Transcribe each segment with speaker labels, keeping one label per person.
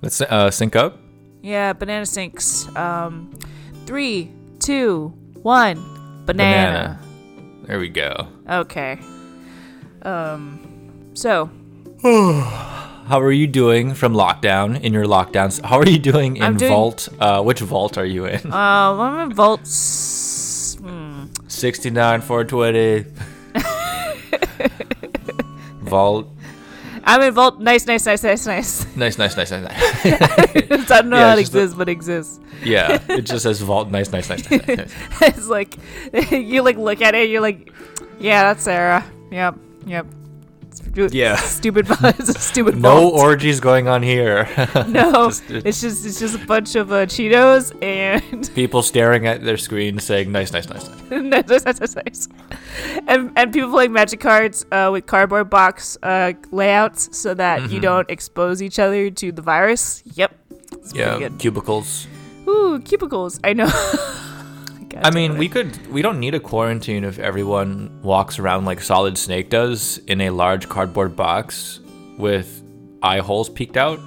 Speaker 1: Let's uh, sync up.
Speaker 2: Yeah, banana sinks. Um, three, two, one. Banana.
Speaker 1: Banana. There we go.
Speaker 2: Okay. Um, so
Speaker 1: How are you doing from lockdown in your lockdowns? How are you doing in
Speaker 2: I'm doing-
Speaker 1: vault? Uh, which vault are you in?
Speaker 2: um, I'm in vault. s- Hmm.
Speaker 1: 69, 420. vault.
Speaker 2: I'm in vault. Nice, nice, nice, nice, nice.
Speaker 1: Nice, nice, nice, nice, nice.
Speaker 2: I don't know
Speaker 1: Yeah,
Speaker 2: how it
Speaker 1: it's just the-
Speaker 2: exists, but it exists.
Speaker 1: Yeah, it just says vault. Nice, nice, nice, nice, nice. nice.
Speaker 2: it's like you like look at it. You're like, yeah, that's Sarah. Yep, yep. It's
Speaker 1: Yeah.
Speaker 2: Stupid. It's a stupid.
Speaker 1: No
Speaker 2: vault.
Speaker 1: orgies going on here.
Speaker 2: no.
Speaker 1: Just-
Speaker 2: it's just it's just a bunch of uh, Cheetos and
Speaker 1: People staring at their screen saying, nice, nice, nice, nice.
Speaker 2: nice, nice, nice, nice, nice. and and people playing magic cards uh, with cardboard box uh, layouts so that
Speaker 1: Mm-hmm.
Speaker 2: you don't expose each other to the virus. Yep. It's
Speaker 1: Yeah,
Speaker 2: pretty good.
Speaker 1: cubicles.
Speaker 2: Ooh, cubicles. I know. God
Speaker 1: I
Speaker 2: damn
Speaker 1: mean,
Speaker 2: it.
Speaker 1: we could. We don't need a quarantine if everyone walks around like Solid Snake does in a large cardboard box with eye holes peeked out.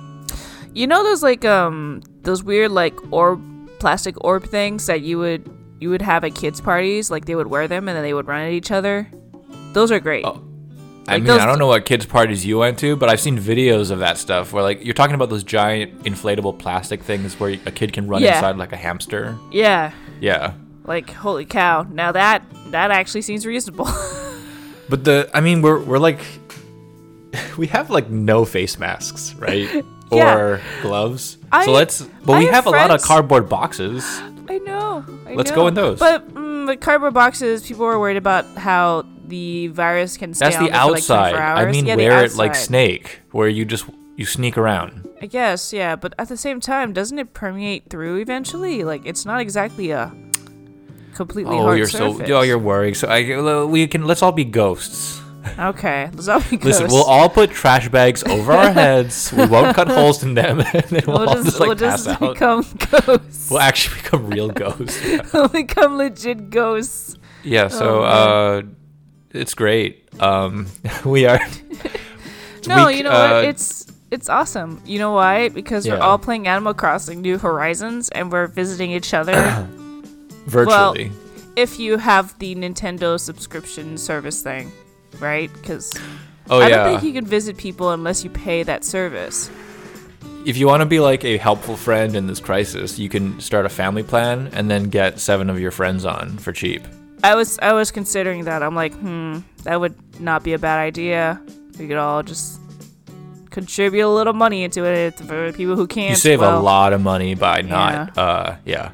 Speaker 2: You know those like um those weird like orb plastic orb things that you would you would have at kids parties like they would wear them and then they would run at each other. Those are great.
Speaker 1: Oh. I
Speaker 2: Like
Speaker 1: mean,
Speaker 2: those-
Speaker 1: I don't know what kids' parties you went to, but I've seen videos of that stuff where, like, you're talking about those giant inflatable plastic things where a kid can run
Speaker 2: Yeah.
Speaker 1: inside like a hamster.
Speaker 2: Yeah.
Speaker 1: Yeah.
Speaker 2: Like holy cow. Now that that actually seems reasonable.
Speaker 1: But the, I mean, we're we're like, we have like no face masks, right?
Speaker 2: Yeah.
Speaker 1: Or gloves.
Speaker 2: I-
Speaker 1: so let's. But
Speaker 2: I
Speaker 1: we
Speaker 2: have
Speaker 1: have, a lot of
Speaker 2: friends-
Speaker 1: cardboard boxes.
Speaker 2: I know. I
Speaker 1: Let's
Speaker 2: know.
Speaker 1: go in those.
Speaker 2: But mm, the cardboard boxes people were worried about how the virus can stay
Speaker 1: That's
Speaker 2: on
Speaker 1: the
Speaker 2: there for, like,
Speaker 1: outside.
Speaker 2: 24
Speaker 1: I
Speaker 2: hours.
Speaker 1: mean,
Speaker 2: yeah, the
Speaker 1: wear it like
Speaker 2: outside.
Speaker 1: snake, where you just you sneak around.
Speaker 2: I guess, yeah, but at the same time, doesn't it permeate through eventually? Like, it's not exactly a completely
Speaker 1: Oh,
Speaker 2: hard
Speaker 1: you're
Speaker 2: surface.
Speaker 1: so. Oh, you're worrying. So I, we can. Let's all be ghosts.
Speaker 2: okay. Let's all be
Speaker 1: Listen,
Speaker 2: ghosts.
Speaker 1: we'll all put trash bags over our heads. We won't cut holes in them, and then we'll,
Speaker 2: We'll
Speaker 1: all
Speaker 2: just,
Speaker 1: just like
Speaker 2: we'll
Speaker 1: pass
Speaker 2: just
Speaker 1: out.
Speaker 2: become ghosts.
Speaker 1: We'll actually become real ghosts.
Speaker 2: we'll become legit ghosts.
Speaker 1: Yeah. So
Speaker 2: Oh,
Speaker 1: uh, it's great. Um, we are.
Speaker 2: No,
Speaker 1: We c-
Speaker 2: you know
Speaker 1: uh,
Speaker 2: what? It's it's awesome. You know why? Because we're
Speaker 1: Yeah.
Speaker 2: all playing Animal Crossing New Horizons and we're visiting each other.
Speaker 1: virtually.
Speaker 2: if you have the Nintendo subscription service thing, right? Because
Speaker 1: oh
Speaker 2: I
Speaker 1: yeah.
Speaker 2: don't think you can visit people unless you pay that service.
Speaker 1: if you want to be like a helpful friend in this crisis, you can start a family plan and then get seven of your friends on for cheap.
Speaker 2: I was I was considering that. I'm like, hmm, that would not be a bad idea. We could all just contribute a little money into it for people who can't.
Speaker 1: You save a
Speaker 2: well,
Speaker 1: lot of money by not. Uh, yeah.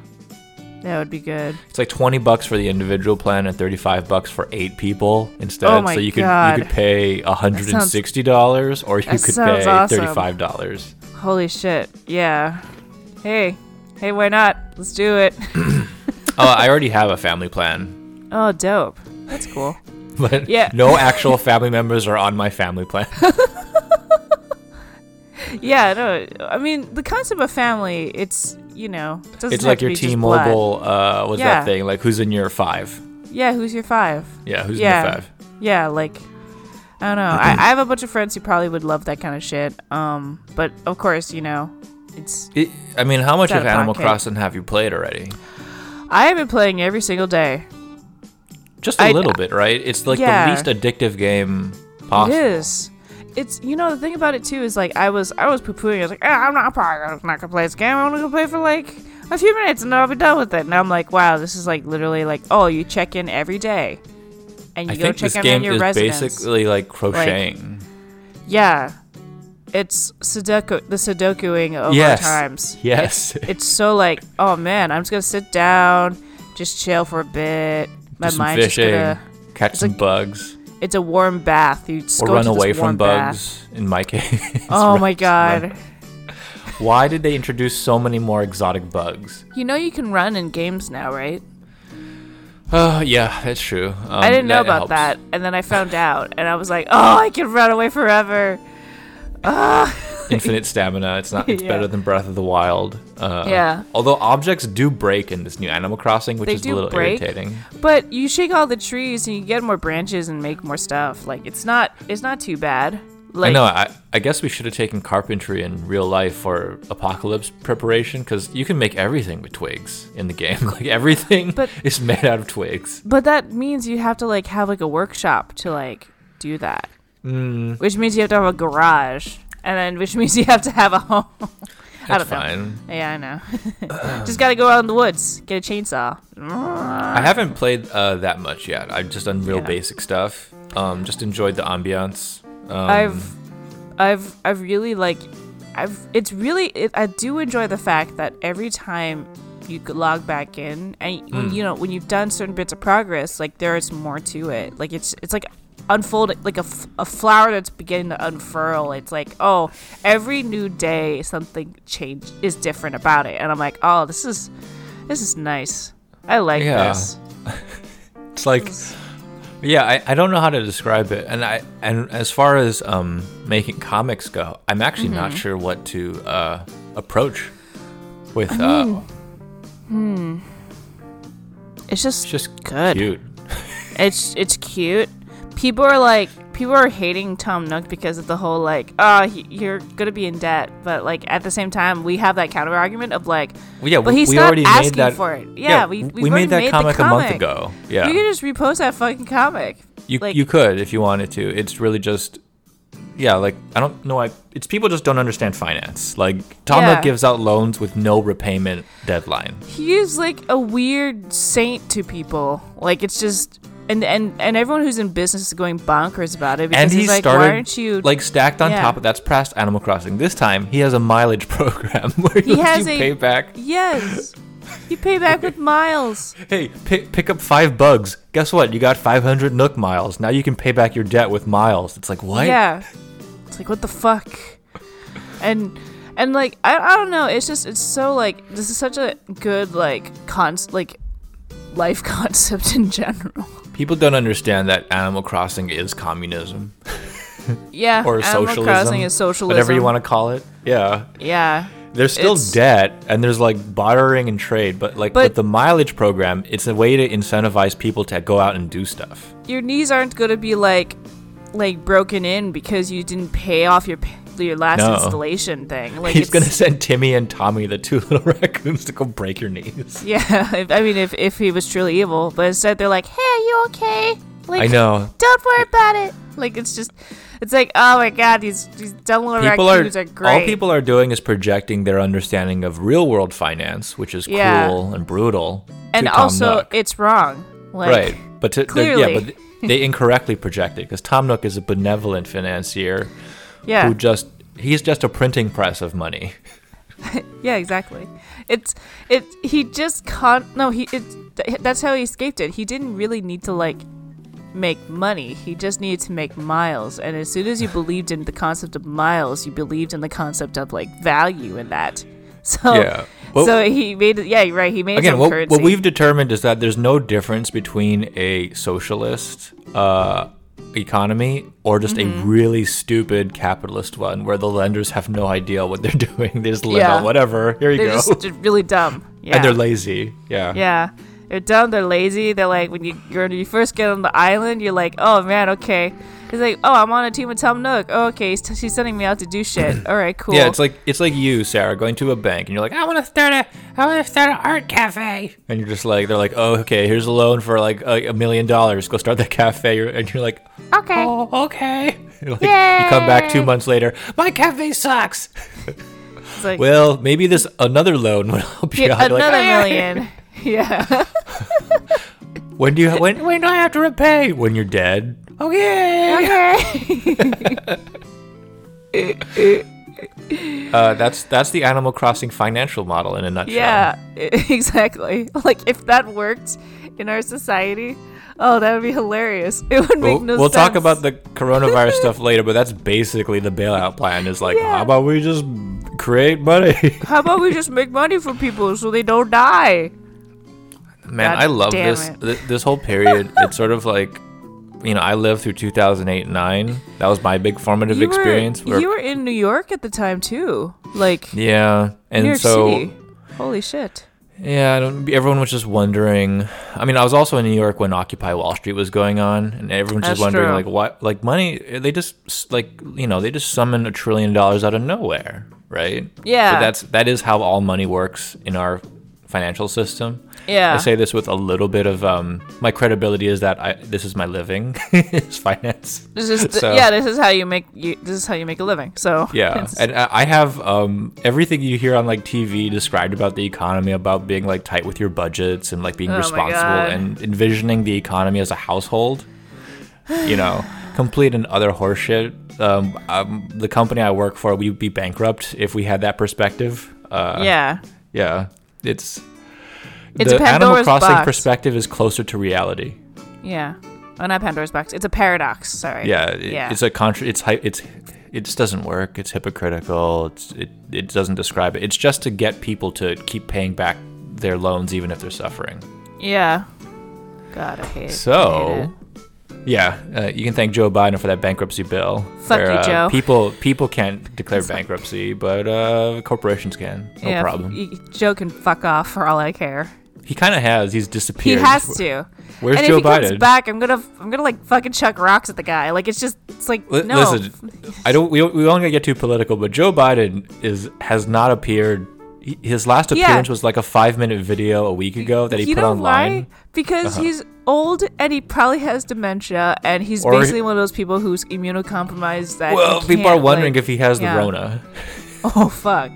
Speaker 2: That would be good.
Speaker 1: It's like twenty bucks for the individual plan and thirty five bucks for eight people instead.
Speaker 2: Oh my
Speaker 1: so you could
Speaker 2: God.
Speaker 1: you could pay hundred and sixty dollars or you
Speaker 2: that
Speaker 1: could
Speaker 2: sounds
Speaker 1: pay
Speaker 2: awesome.
Speaker 1: thirty five dollars.
Speaker 2: Holy shit. Yeah. Hey, hey, why not? Let's do it.
Speaker 1: Oh, I already have a family plan.
Speaker 2: Oh, dope. That's cool.
Speaker 1: But
Speaker 2: Yeah.
Speaker 1: no actual family members are on my family plan.
Speaker 2: Yeah. No, I mean the concept of family. It's you know, it doesn't
Speaker 1: It's
Speaker 2: have
Speaker 1: like
Speaker 2: to
Speaker 1: your
Speaker 2: be just
Speaker 1: T
Speaker 2: blood.
Speaker 1: Mobile uh what's
Speaker 2: Yeah.
Speaker 1: that thing? Like who's in your five?
Speaker 2: Yeah. Who's your five?
Speaker 1: Yeah, who's in
Speaker 2: Yeah.
Speaker 1: your five?
Speaker 2: Yeah, like I don't know. I, I have a bunch of friends who probably would love that kind of shit. Um, but of course, you know, it's
Speaker 1: It, I mean, how much
Speaker 2: out
Speaker 1: of
Speaker 2: of
Speaker 1: Animal
Speaker 2: pocket.
Speaker 1: Crossing have you played already?
Speaker 2: I have been playing every single day.
Speaker 1: Just a
Speaker 2: I-
Speaker 1: little bit, right? It's like
Speaker 2: Yeah.
Speaker 1: the least addictive game possible.
Speaker 2: It is. It's you know the thing about it too is like I was I was poo pooing. I was like, ah, I'm not probably not gonna play this game. I'm only gonna play for like a few minutes and then I'll be done with it. And I'm like, wow, this is like literally like oh, you check in every day, and you
Speaker 1: I
Speaker 2: go
Speaker 1: think
Speaker 2: check
Speaker 1: this
Speaker 2: in
Speaker 1: game
Speaker 2: on
Speaker 1: is
Speaker 2: your residence.
Speaker 1: basically like crocheting.
Speaker 2: yeah, it's Sudoku the Sudokuing of
Speaker 1: yes.
Speaker 2: our times.
Speaker 1: Yes.
Speaker 2: it's so like, oh man, I'm just gonna sit down, just chill for a bit. My
Speaker 1: Do some
Speaker 2: mind's
Speaker 1: fishing,
Speaker 2: just
Speaker 1: catch some
Speaker 2: like-
Speaker 1: bugs,
Speaker 2: gonna—it's a warm bath. You just
Speaker 1: or
Speaker 2: go
Speaker 1: run
Speaker 2: to this
Speaker 1: away from
Speaker 2: warm bath.
Speaker 1: bugs. In my case.
Speaker 2: Oh
Speaker 1: Run-
Speaker 2: my god!
Speaker 1: Why did they introduce so many more exotic bugs?
Speaker 2: You know you can run in games now, right?
Speaker 1: Um, Oh yeah, that's true. Um,
Speaker 2: I didn't know about
Speaker 1: helps.
Speaker 2: that, and then I found out, and I was like, oh, I can run away forever. Ah,
Speaker 1: Infinite stamina. It's not. It's
Speaker 2: Yeah.
Speaker 1: better than Breath of the Wild. Uh,
Speaker 2: Yeah.
Speaker 1: Although objects do break in this new Animal Crossing, which
Speaker 2: They
Speaker 1: is a
Speaker 2: do
Speaker 1: little
Speaker 2: break.
Speaker 1: irritating.
Speaker 2: But you shake all the trees, and you get more branches and make more stuff. Like it's not—it's not too bad. Like,
Speaker 1: I know. I, I guess we should have taken carpentry in real life for apocalypse preparation because you can make everything with twigs in the game. Like everything
Speaker 2: But-
Speaker 1: is made out of twigs.
Speaker 2: But that means you have to like have like a workshop to like do that. Mm. Which means you have to have a garage, and then which means you have to have a home. I
Speaker 1: That's
Speaker 2: don't know.
Speaker 1: fine.
Speaker 2: Yeah, I know. Just gotta go out in the woods, get a chainsaw.
Speaker 1: I haven't played uh, that much yet. I've just done real
Speaker 2: Yeah.
Speaker 1: basic stuff. Um, just enjoyed the ambiance. Um,
Speaker 2: I've, I've, I've really like, I've. It's really. It, I do enjoy the fact that every time you could log back in, and when,
Speaker 1: Hmm.
Speaker 2: you know when you've done certain bits of progress, like there is more to it. Like it's it's like unfolding like a, f- a flower that's beginning to unfurl it's like oh every new day something change is different about it and i'm like oh this is this is nice i like
Speaker 1: Yeah.
Speaker 2: this
Speaker 1: It's like, yeah, I, I don't know how to describe it. And I and as far as um, making comics go, I'm actually
Speaker 2: Mm-hmm.
Speaker 1: not sure what to uh, approach with. uh,
Speaker 2: it's just
Speaker 1: it's just
Speaker 2: good.
Speaker 1: cute.
Speaker 2: It's it's cute. People are like people are hating Tom Nook because of the whole like, oh, he, you're gonna be in debt, but like at the same time, we have that counter argument of like,
Speaker 1: Well, yeah,
Speaker 2: but
Speaker 1: we-
Speaker 2: he's
Speaker 1: we
Speaker 2: not
Speaker 1: already made
Speaker 2: asking
Speaker 1: that-
Speaker 2: for it. Yeah,
Speaker 1: yeah,
Speaker 2: we
Speaker 1: w-
Speaker 2: we've
Speaker 1: we made
Speaker 2: already
Speaker 1: that
Speaker 2: the
Speaker 1: comic a month ago. Yeah.
Speaker 2: you can just repost that fucking comic.
Speaker 1: You
Speaker 2: like,
Speaker 1: you could if you wanted to. It's really just yeah, like I don't know I it's people just don't understand finance. Like Tom Nook
Speaker 2: Yeah.
Speaker 1: gives out loans with no repayment deadline.
Speaker 2: he is like a weird saint to people. Like it's just. And, and, and everyone who's in business is going bonkers about it because
Speaker 1: and he
Speaker 2: he's like,
Speaker 1: started
Speaker 2: why aren't you
Speaker 1: like stacked on
Speaker 2: Yeah.
Speaker 1: top of that's past Animal Crossing. This time he has a mileage program where he,
Speaker 2: He
Speaker 1: lets
Speaker 2: has
Speaker 1: you
Speaker 2: a-
Speaker 1: pay back.
Speaker 2: yes, you pay back with miles.
Speaker 1: Hey, pick pick up five bugs. Guess what? You got 500 Nook miles. Now you can pay back your debt with miles. It's like what?
Speaker 2: Yeah. It's like what the fuck? And and like I, I don't know, it's just it's so like this is such a good like const like life concept in general.
Speaker 1: People don't understand that Animal Crossing is communism
Speaker 2: Yeah.
Speaker 1: or
Speaker 2: Animal
Speaker 1: socialism.
Speaker 2: Crossing is socialism.
Speaker 1: Whatever you want to call it. Yeah.
Speaker 2: Yeah.
Speaker 1: There's still
Speaker 2: It's-
Speaker 1: debt and there's like bartering and trade, but like
Speaker 2: But-
Speaker 1: with the mileage program, it's a way to incentivize people to go out and do stuff.
Speaker 2: Your knees aren't gonna be like like broken in because you didn't pay off your pa- your last
Speaker 1: No.
Speaker 2: installation thing. Like
Speaker 1: He's
Speaker 2: it's,
Speaker 1: gonna send Timmy and Tommy, the two little raccoons, to go break your knees.
Speaker 2: Yeah, if, I mean if if he was truly evil, but instead they're like, Hey, are you okay? Like
Speaker 1: I know.
Speaker 2: Don't worry about it. Like it's just, it's like, oh my god, these these dumb little
Speaker 1: People are,
Speaker 2: raccoons are, great.
Speaker 1: all people are doing is projecting their understanding of real world finance, which is
Speaker 2: Yeah.
Speaker 1: cruel and brutal.
Speaker 2: and
Speaker 1: to Tom
Speaker 2: also,
Speaker 1: Nook.
Speaker 2: it's wrong. Like,
Speaker 1: right, but to, they're- yeah,
Speaker 2: clearly.
Speaker 1: but they incorrectly projected because Tom Nook is a benevolent financier
Speaker 2: Yeah.
Speaker 1: who just he's just a printing press of money.
Speaker 2: yeah. Exactly. It's it. He just can't. No. He. It. th- That's how he escaped it. He didn't really need to like make money. He just needed to make miles. And as soon as you believed in the concept of miles, you believed in the concept of like value in that. So.
Speaker 1: Yeah. Well-
Speaker 2: so he made it. Yeah. Right. He made
Speaker 1: again
Speaker 2: some
Speaker 1: what,
Speaker 2: currency.
Speaker 1: what we've determined is that there's no difference between a socialist uh, economy or just
Speaker 2: Mm-hmm.
Speaker 1: a really stupid capitalist one where the lenders have no idea what they're doing they just lend
Speaker 2: Yeah.
Speaker 1: out whatever here you
Speaker 2: they're
Speaker 1: go
Speaker 2: just d- really dumb. Yeah.
Speaker 1: and they're lazy yeah.
Speaker 2: Yeah. They're dumb, they're lazy. They're like, when you, you're, you first get on the island, you're like, oh man, okay. It's like, oh, I'm on a team with Tom Nook. Oh, okay, he's t- she's sending me out to do shit. All right, cool.
Speaker 1: Yeah, it's like it's like you, Sarah, going to a bank and you're like, I want to start a, I want to start an art cafe, and you're just like, they're like, oh, okay, here's a loan for like a, a million dollars, go start that cafe, You're- and you're like,
Speaker 2: okay.
Speaker 1: oh, okay, You're like, you come back two months later, my cafe sucks.
Speaker 2: It's like,
Speaker 1: Well, maybe this another loan would help you
Speaker 2: "Get
Speaker 1: out. Like,
Speaker 2: another
Speaker 1: "Ah,
Speaker 2: million. yeah.
Speaker 1: When do you when when do I have to repay? When you're dead. Okay. Uh, that's that's the Animal Crossing financial model in a nutshell.
Speaker 2: yeah, exactly. Like, if that worked in our society, oh, that would be hilarious. It would make
Speaker 1: We'll,
Speaker 2: no
Speaker 1: we'll
Speaker 2: sense.
Speaker 1: talk about the coronavirus stuff later, but that's basically the bailout plan. Is like,
Speaker 2: Yeah.
Speaker 1: how about we just create money?
Speaker 2: How about we just make money for people so they don't die?
Speaker 1: Man,
Speaker 2: God
Speaker 1: I love
Speaker 2: damn
Speaker 1: this
Speaker 2: it.
Speaker 1: th- this whole period. it's sort of like, you know, I lived through 2008 9. That was my big formative
Speaker 2: you
Speaker 1: experience.
Speaker 2: Were, you were in New York at the time too, like
Speaker 1: yeah,
Speaker 2: New
Speaker 1: and
Speaker 2: York
Speaker 1: so
Speaker 2: City. Holy shit!
Speaker 1: Yeah, I don't, everyone was just wondering. I mean, I was also in New York when Occupy Wall Street was going on, and everyone's
Speaker 2: That's
Speaker 1: just wondering,
Speaker 2: true.
Speaker 1: like, what, like, money? They just like, you know, they just summon a trillion dollars out of nowhere, right?
Speaker 2: Yeah.
Speaker 1: So that's that is how all money works in our financial system.
Speaker 2: Yeah.
Speaker 1: I say this with a little bit of um, my credibility is that I this is my living, is finance.
Speaker 2: This is th-
Speaker 1: So-
Speaker 2: yeah. This is how you make you, this is how you make a living. So
Speaker 1: yeah,
Speaker 2: it's-
Speaker 1: and I I have um, everything you hear on like TV described about the economy, about being like tight with your budgets and like being
Speaker 2: Oh my
Speaker 1: responsible
Speaker 2: God.
Speaker 1: and envisioning the economy as a household. You know, complete and utter horseshit. Um, um, the company I work for, we'd be bankrupt if we had that perspective. Uh,
Speaker 2: yeah.
Speaker 1: yeah, it's
Speaker 2: It's
Speaker 1: the
Speaker 2: a
Speaker 1: Animal
Speaker 2: Pandora's
Speaker 1: Crossing
Speaker 2: box.
Speaker 1: perspective is closer to reality.
Speaker 2: Yeah. Oh, not Pandora's box. It's a paradox. Sorry.
Speaker 1: Yeah, it-
Speaker 2: yeah.
Speaker 1: it's a contra. It's hy- it's it just doesn't work. It's hypocritical. It's it it doesn't describe it. It's just to get people to keep paying back their loans even if they're suffering.
Speaker 2: yeah. God, I hate it. Hate it.
Speaker 1: So. Yeah, uh, you can thank Joe Biden for that bankruptcy bill.
Speaker 2: Fuck you,
Speaker 1: uh,
Speaker 2: Joe.
Speaker 1: People, people can't declare bankruptcy, but uh, corporations can. No
Speaker 2: yeah,
Speaker 1: problem.
Speaker 2: y- Joe can fuck off for all I care.
Speaker 1: He kind of has. He's
Speaker 2: He
Speaker 1: disappeared.
Speaker 2: has to.
Speaker 1: Where's
Speaker 2: and
Speaker 1: Joe
Speaker 2: if he comes
Speaker 1: Biden?
Speaker 2: back, I'm gonna I'm gonna like fucking chuck rocks at the guy. Like it's just it's like
Speaker 1: Li-
Speaker 2: no.
Speaker 1: Listen, I don't. We don't- we aren't gonna get too political, but Joe Biden is has not appeared. he- His last
Speaker 2: Yeah.
Speaker 1: appearance was like a five minute video a week ago that he
Speaker 2: you
Speaker 1: put
Speaker 2: know
Speaker 1: online. Uh-huh.
Speaker 2: why? Because he's old and he probably has dementia, and he's
Speaker 1: Or-
Speaker 2: basically one of those people who's immunocompromised. That
Speaker 1: Well,
Speaker 2: you
Speaker 1: people are
Speaker 2: can't,
Speaker 1: wondering
Speaker 2: like-
Speaker 1: if he has
Speaker 2: yeah.
Speaker 1: the Rona.
Speaker 2: Oh fuck.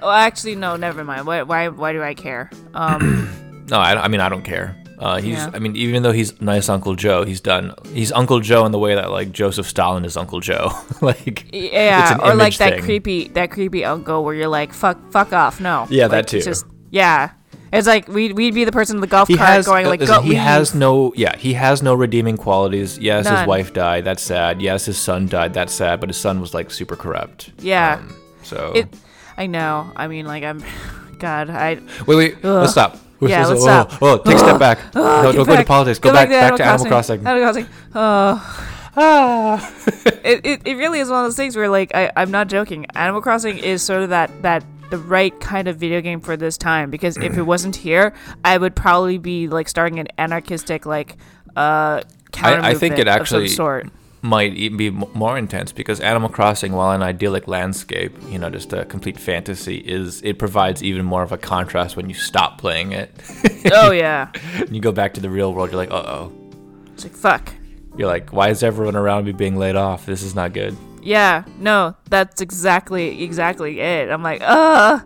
Speaker 2: Oh, actually, no. Never mind. Why? Why? Why do I care? Um,
Speaker 1: No, I, I mean I don't care. Uh, he's.
Speaker 2: Yeah.
Speaker 1: I mean, even though he's nice Uncle Joe, he's done. He's Uncle Joe in the way that like Joseph Stalin is Uncle Joe. like it's
Speaker 2: yeah,
Speaker 1: an
Speaker 2: or like
Speaker 1: image
Speaker 2: that
Speaker 1: thing.
Speaker 2: creepy, that creepy uncle where you're like, fuck, fuck off. No.
Speaker 1: Yeah,
Speaker 2: Like,
Speaker 1: that too.
Speaker 2: It's just, yeah, it's like we'd we'd be the person in the golf
Speaker 1: He
Speaker 2: cart
Speaker 1: has. uh,
Speaker 2: going like,
Speaker 1: listen,
Speaker 2: go.
Speaker 1: he
Speaker 2: leave."
Speaker 1: has no. Yeah, he has no redeeming qualities. Yes,
Speaker 2: None.
Speaker 1: his wife died. That's sad. Yes, his son died. That's sad. But his son was like super corrupt.
Speaker 2: Yeah.
Speaker 1: Um, so
Speaker 2: It. I know. I mean, like I'm. God, I.
Speaker 1: Wait, wait.
Speaker 2: Ugh.
Speaker 1: Let's stop. We're
Speaker 2: Yeah,
Speaker 1: supposed to-
Speaker 2: let's
Speaker 1: oh, oh, take a step back.
Speaker 2: Oh,
Speaker 1: no,
Speaker 2: get
Speaker 1: don't go to politics. Go, back, back, to Animal Crossing.
Speaker 2: Animal Crossing. Oh,
Speaker 1: Ah.
Speaker 2: it, it, it really is one of those things where like I, I'm not joking. Animal Crossing is sort of that that the right kind of video game for this time because if it wasn't here, I would probably be like starting an anarchistic like uh counter
Speaker 1: I think it actually-
Speaker 2: of some sort.
Speaker 1: Might even be m- more intense because Animal Crossing, while an idyllic landscape, you know, just a complete fantasy, is it provides even more of a contrast when you stop playing it.
Speaker 2: Oh yeah,
Speaker 1: you go back to the real world. You're like, uh oh.
Speaker 2: it's like fuck.
Speaker 1: You're like, why is everyone around me being laid off? This is not good.
Speaker 2: Yeah, no, that's exactly exactly it. I'm like, uh,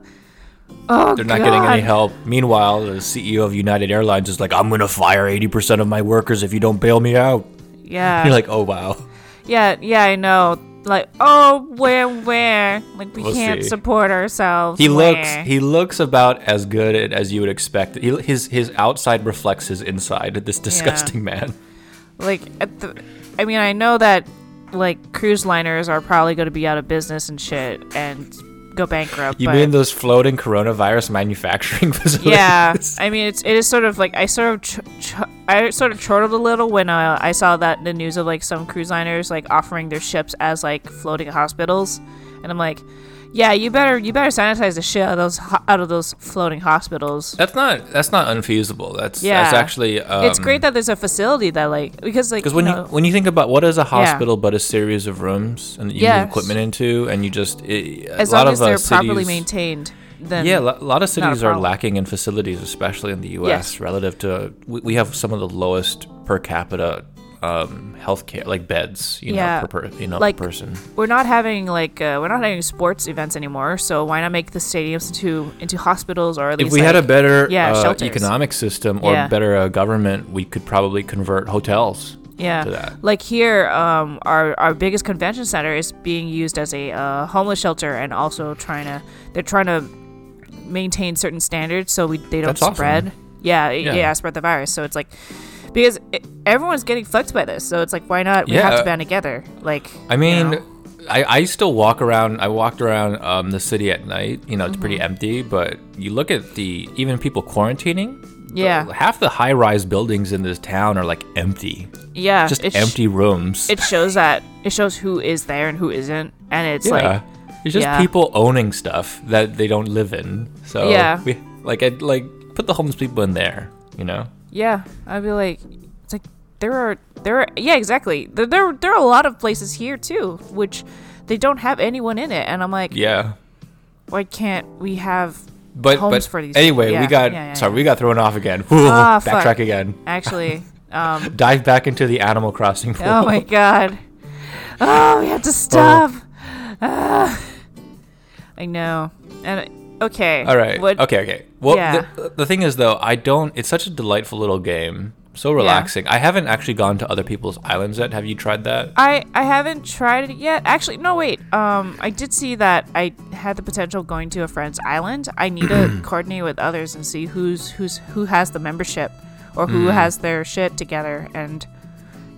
Speaker 2: oh,
Speaker 1: They're not getting any
Speaker 2: God.
Speaker 1: help. Meanwhile, the CEO of United Airlines is like, I'm gonna fire 80% of my workers if you don't bail me out.
Speaker 2: Yeah,
Speaker 1: You're like, oh wow.
Speaker 2: Yeah, yeah, I know. Like, oh, where, where? Like, we
Speaker 1: We'll
Speaker 2: can't
Speaker 1: see.
Speaker 2: support ourselves.
Speaker 1: He looks
Speaker 2: where?
Speaker 1: he looks about as good at- as you would expect. He, his his outside reflects his inside. This disgusting man.
Speaker 2: like, at the, I mean, I know that like cruise liners are probably going to be out of business and shit and go bankrupt.
Speaker 1: You
Speaker 2: but
Speaker 1: mean those floating coronavirus manufacturing facilities?
Speaker 2: yeah, I mean, it's it is sort of like I sort of ch- ch- I sort of chortled a little when uh, I saw that the news of like some cruise liners like offering their ships as like floating hospitals, and I'm like. Yeah, you better you better sanitize the shit out of those ho- out of those floating hospitals.
Speaker 1: That's not that's not unfeasible. That's
Speaker 2: Yeah.
Speaker 1: that's actually um,
Speaker 2: it's great that there's a facility that like because like
Speaker 1: because when
Speaker 2: you
Speaker 1: you,
Speaker 2: know,
Speaker 1: when you think about what is a hospital but a series of rooms and that you
Speaker 2: Yes.
Speaker 1: move equipment into and you just it,
Speaker 2: as
Speaker 1: a lot
Speaker 2: long
Speaker 1: of
Speaker 2: as they're
Speaker 1: uh,
Speaker 2: properly
Speaker 1: cities-
Speaker 2: maintained, then
Speaker 1: Yeah, a lo- a lot of cities are
Speaker 2: problem.
Speaker 1: lacking in facilities, especially in the U.S.
Speaker 2: Yes.
Speaker 1: Relative to, we, we have some of the lowest per capita um, healthcare, like beds, you
Speaker 2: Yeah,
Speaker 1: know, per, per you know,
Speaker 2: like-
Speaker 1: per person.
Speaker 2: we're not having like uh, we're not having sports events anymore. So why not make the stadiums into into hospitals or at least
Speaker 1: If we had a
Speaker 2: like-
Speaker 1: better
Speaker 2: yeah,
Speaker 1: uh,
Speaker 2: shelters.
Speaker 1: economic system or
Speaker 2: Yeah.
Speaker 1: better uh, government, we could probably convert hotels.
Speaker 2: yeah
Speaker 1: to that.
Speaker 2: like here um our our biggest convention center is being used as a uh, homeless shelter and also trying to they're trying to maintain certain standards so we they don't
Speaker 1: That's awesome.
Speaker 2: spread. Yeah, yeah,
Speaker 1: Yeah.
Speaker 2: yeah, spread the virus. So it's like because it, everyone's getting fucked by this. So it's like why not we have
Speaker 1: Yeah.
Speaker 2: to band together. Like
Speaker 1: I
Speaker 2: you
Speaker 1: mean,
Speaker 2: know.
Speaker 1: I, I still walk around. I walked around um, the city at night. You know, it's pretty
Speaker 2: Mm-hmm.
Speaker 1: empty, but you look at the even people quarantining.
Speaker 2: Yeah.
Speaker 1: the- half the high-rise buildings in this town are like empty,
Speaker 2: Yeah,
Speaker 1: just
Speaker 2: it sh-
Speaker 1: empty rooms.
Speaker 2: It shows that it shows who is there and who isn't, and it's
Speaker 1: yeah.
Speaker 2: like
Speaker 1: It's just
Speaker 2: Yeah.
Speaker 1: people owning stuff that they don't live in. So
Speaker 2: Yeah.
Speaker 1: we like I like put the homeless people in there, you know?
Speaker 2: Yeah, I'd be like, it's like there are there are yeah exactly there there, there are a lot of places here too which they don't have anyone in it, and I'm like,
Speaker 1: Yeah.
Speaker 2: why can't we have
Speaker 1: But
Speaker 2: Homes
Speaker 1: but
Speaker 2: for these people.
Speaker 1: anyway,
Speaker 2: Yeah,
Speaker 1: we got
Speaker 2: yeah, yeah,
Speaker 1: sorry,
Speaker 2: yeah.
Speaker 1: we got thrown off again.
Speaker 2: Ah,
Speaker 1: Backtrack
Speaker 2: fuck.
Speaker 1: again.
Speaker 2: actually? um,
Speaker 1: Dive back into the Animal Crossing pool.
Speaker 2: oh my god! Oh, we have to stop. Ah. I know. And okay.
Speaker 1: All right.
Speaker 2: What,
Speaker 1: Okay, okay. Well,
Speaker 2: Yeah.
Speaker 1: the, the thing is, though, I don't. It's such a delightful little game. So relaxing. I haven't actually gone to other people's islands yet. Have you tried that?
Speaker 2: I, I haven't tried it yet. Actually, no, wait. Um, I did see that I had the potential of going to a friend's island. I need to coordinate with others and see who's who's who has the membership or who has their shit together. And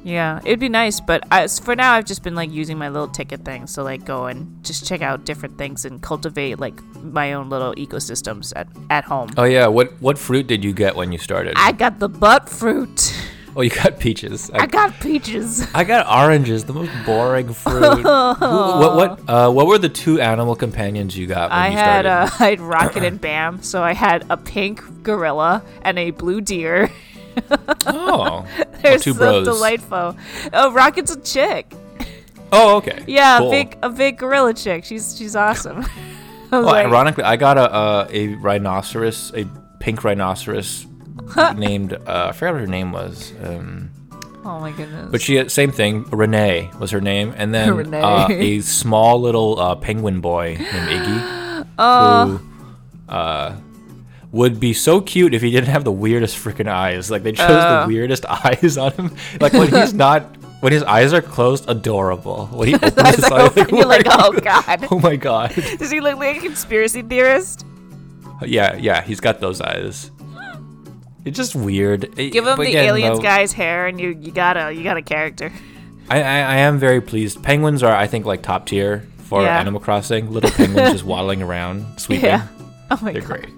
Speaker 2: yeah, it'd be nice. But I, s- for now, I've just been like using my little ticket thing. So like, go and just check out different things and cultivate like my own little ecosystems at at home.
Speaker 1: Oh yeah. What what fruit did you get when you started?
Speaker 2: I got the butt fruit.
Speaker 1: oh, you got peaches.
Speaker 2: I
Speaker 1: I,
Speaker 2: got peaches.
Speaker 1: I got oranges. The most boring fruit. Wh- what what uh, what were the two animal companions you got when
Speaker 2: I
Speaker 1: you
Speaker 2: had
Speaker 1: started?
Speaker 2: uh, I had Rocket and Bam, so I had a pink gorilla and a blue deer.
Speaker 1: oh,
Speaker 2: They're
Speaker 1: oh, two
Speaker 2: so
Speaker 1: bros.
Speaker 2: delightful. Oh, Rocket's a chick.
Speaker 1: Oh, okay.
Speaker 2: Yeah, a
Speaker 1: cool.
Speaker 2: big a big gorilla chick. She's she's awesome. I was
Speaker 1: Well,
Speaker 2: like,
Speaker 1: Oh, ironically, I got a uh, a rhinoceros, a pink rhinoceros named uh, I forgot what her name was. Um,
Speaker 2: oh my goodness.
Speaker 1: But she had same thing. Renee was her name, and then
Speaker 2: Renee.
Speaker 1: uh, a small little uh, penguin boy named Iggy, who uh, would be so cute if he didn't have the weirdest freaking eyes. Like they chose
Speaker 2: Uh.
Speaker 1: the weirdest eyes on him. Like when he's not, when his eyes are closed, adorable. When he opens
Speaker 2: I was
Speaker 1: his
Speaker 2: like,
Speaker 1: eyes,
Speaker 2: open, you're
Speaker 1: "Where
Speaker 2: like,
Speaker 1: are
Speaker 2: oh
Speaker 1: you?"
Speaker 2: god,
Speaker 1: Oh my god.
Speaker 2: does he look like a conspiracy theorist?
Speaker 1: Yeah, yeah, he's got those eyes. It's just weird. It-
Speaker 2: Give him
Speaker 1: but
Speaker 2: the
Speaker 1: again,
Speaker 2: aliens
Speaker 1: though,
Speaker 2: guy's hair, and you you got a you got a character.
Speaker 1: I, I, I am very pleased. Penguins are, I think, like top tier for
Speaker 2: Yeah.
Speaker 1: Animal Crossing. Little penguins just waddling around, sweeping.
Speaker 2: Yeah. Oh my
Speaker 1: They're
Speaker 2: god.
Speaker 1: great.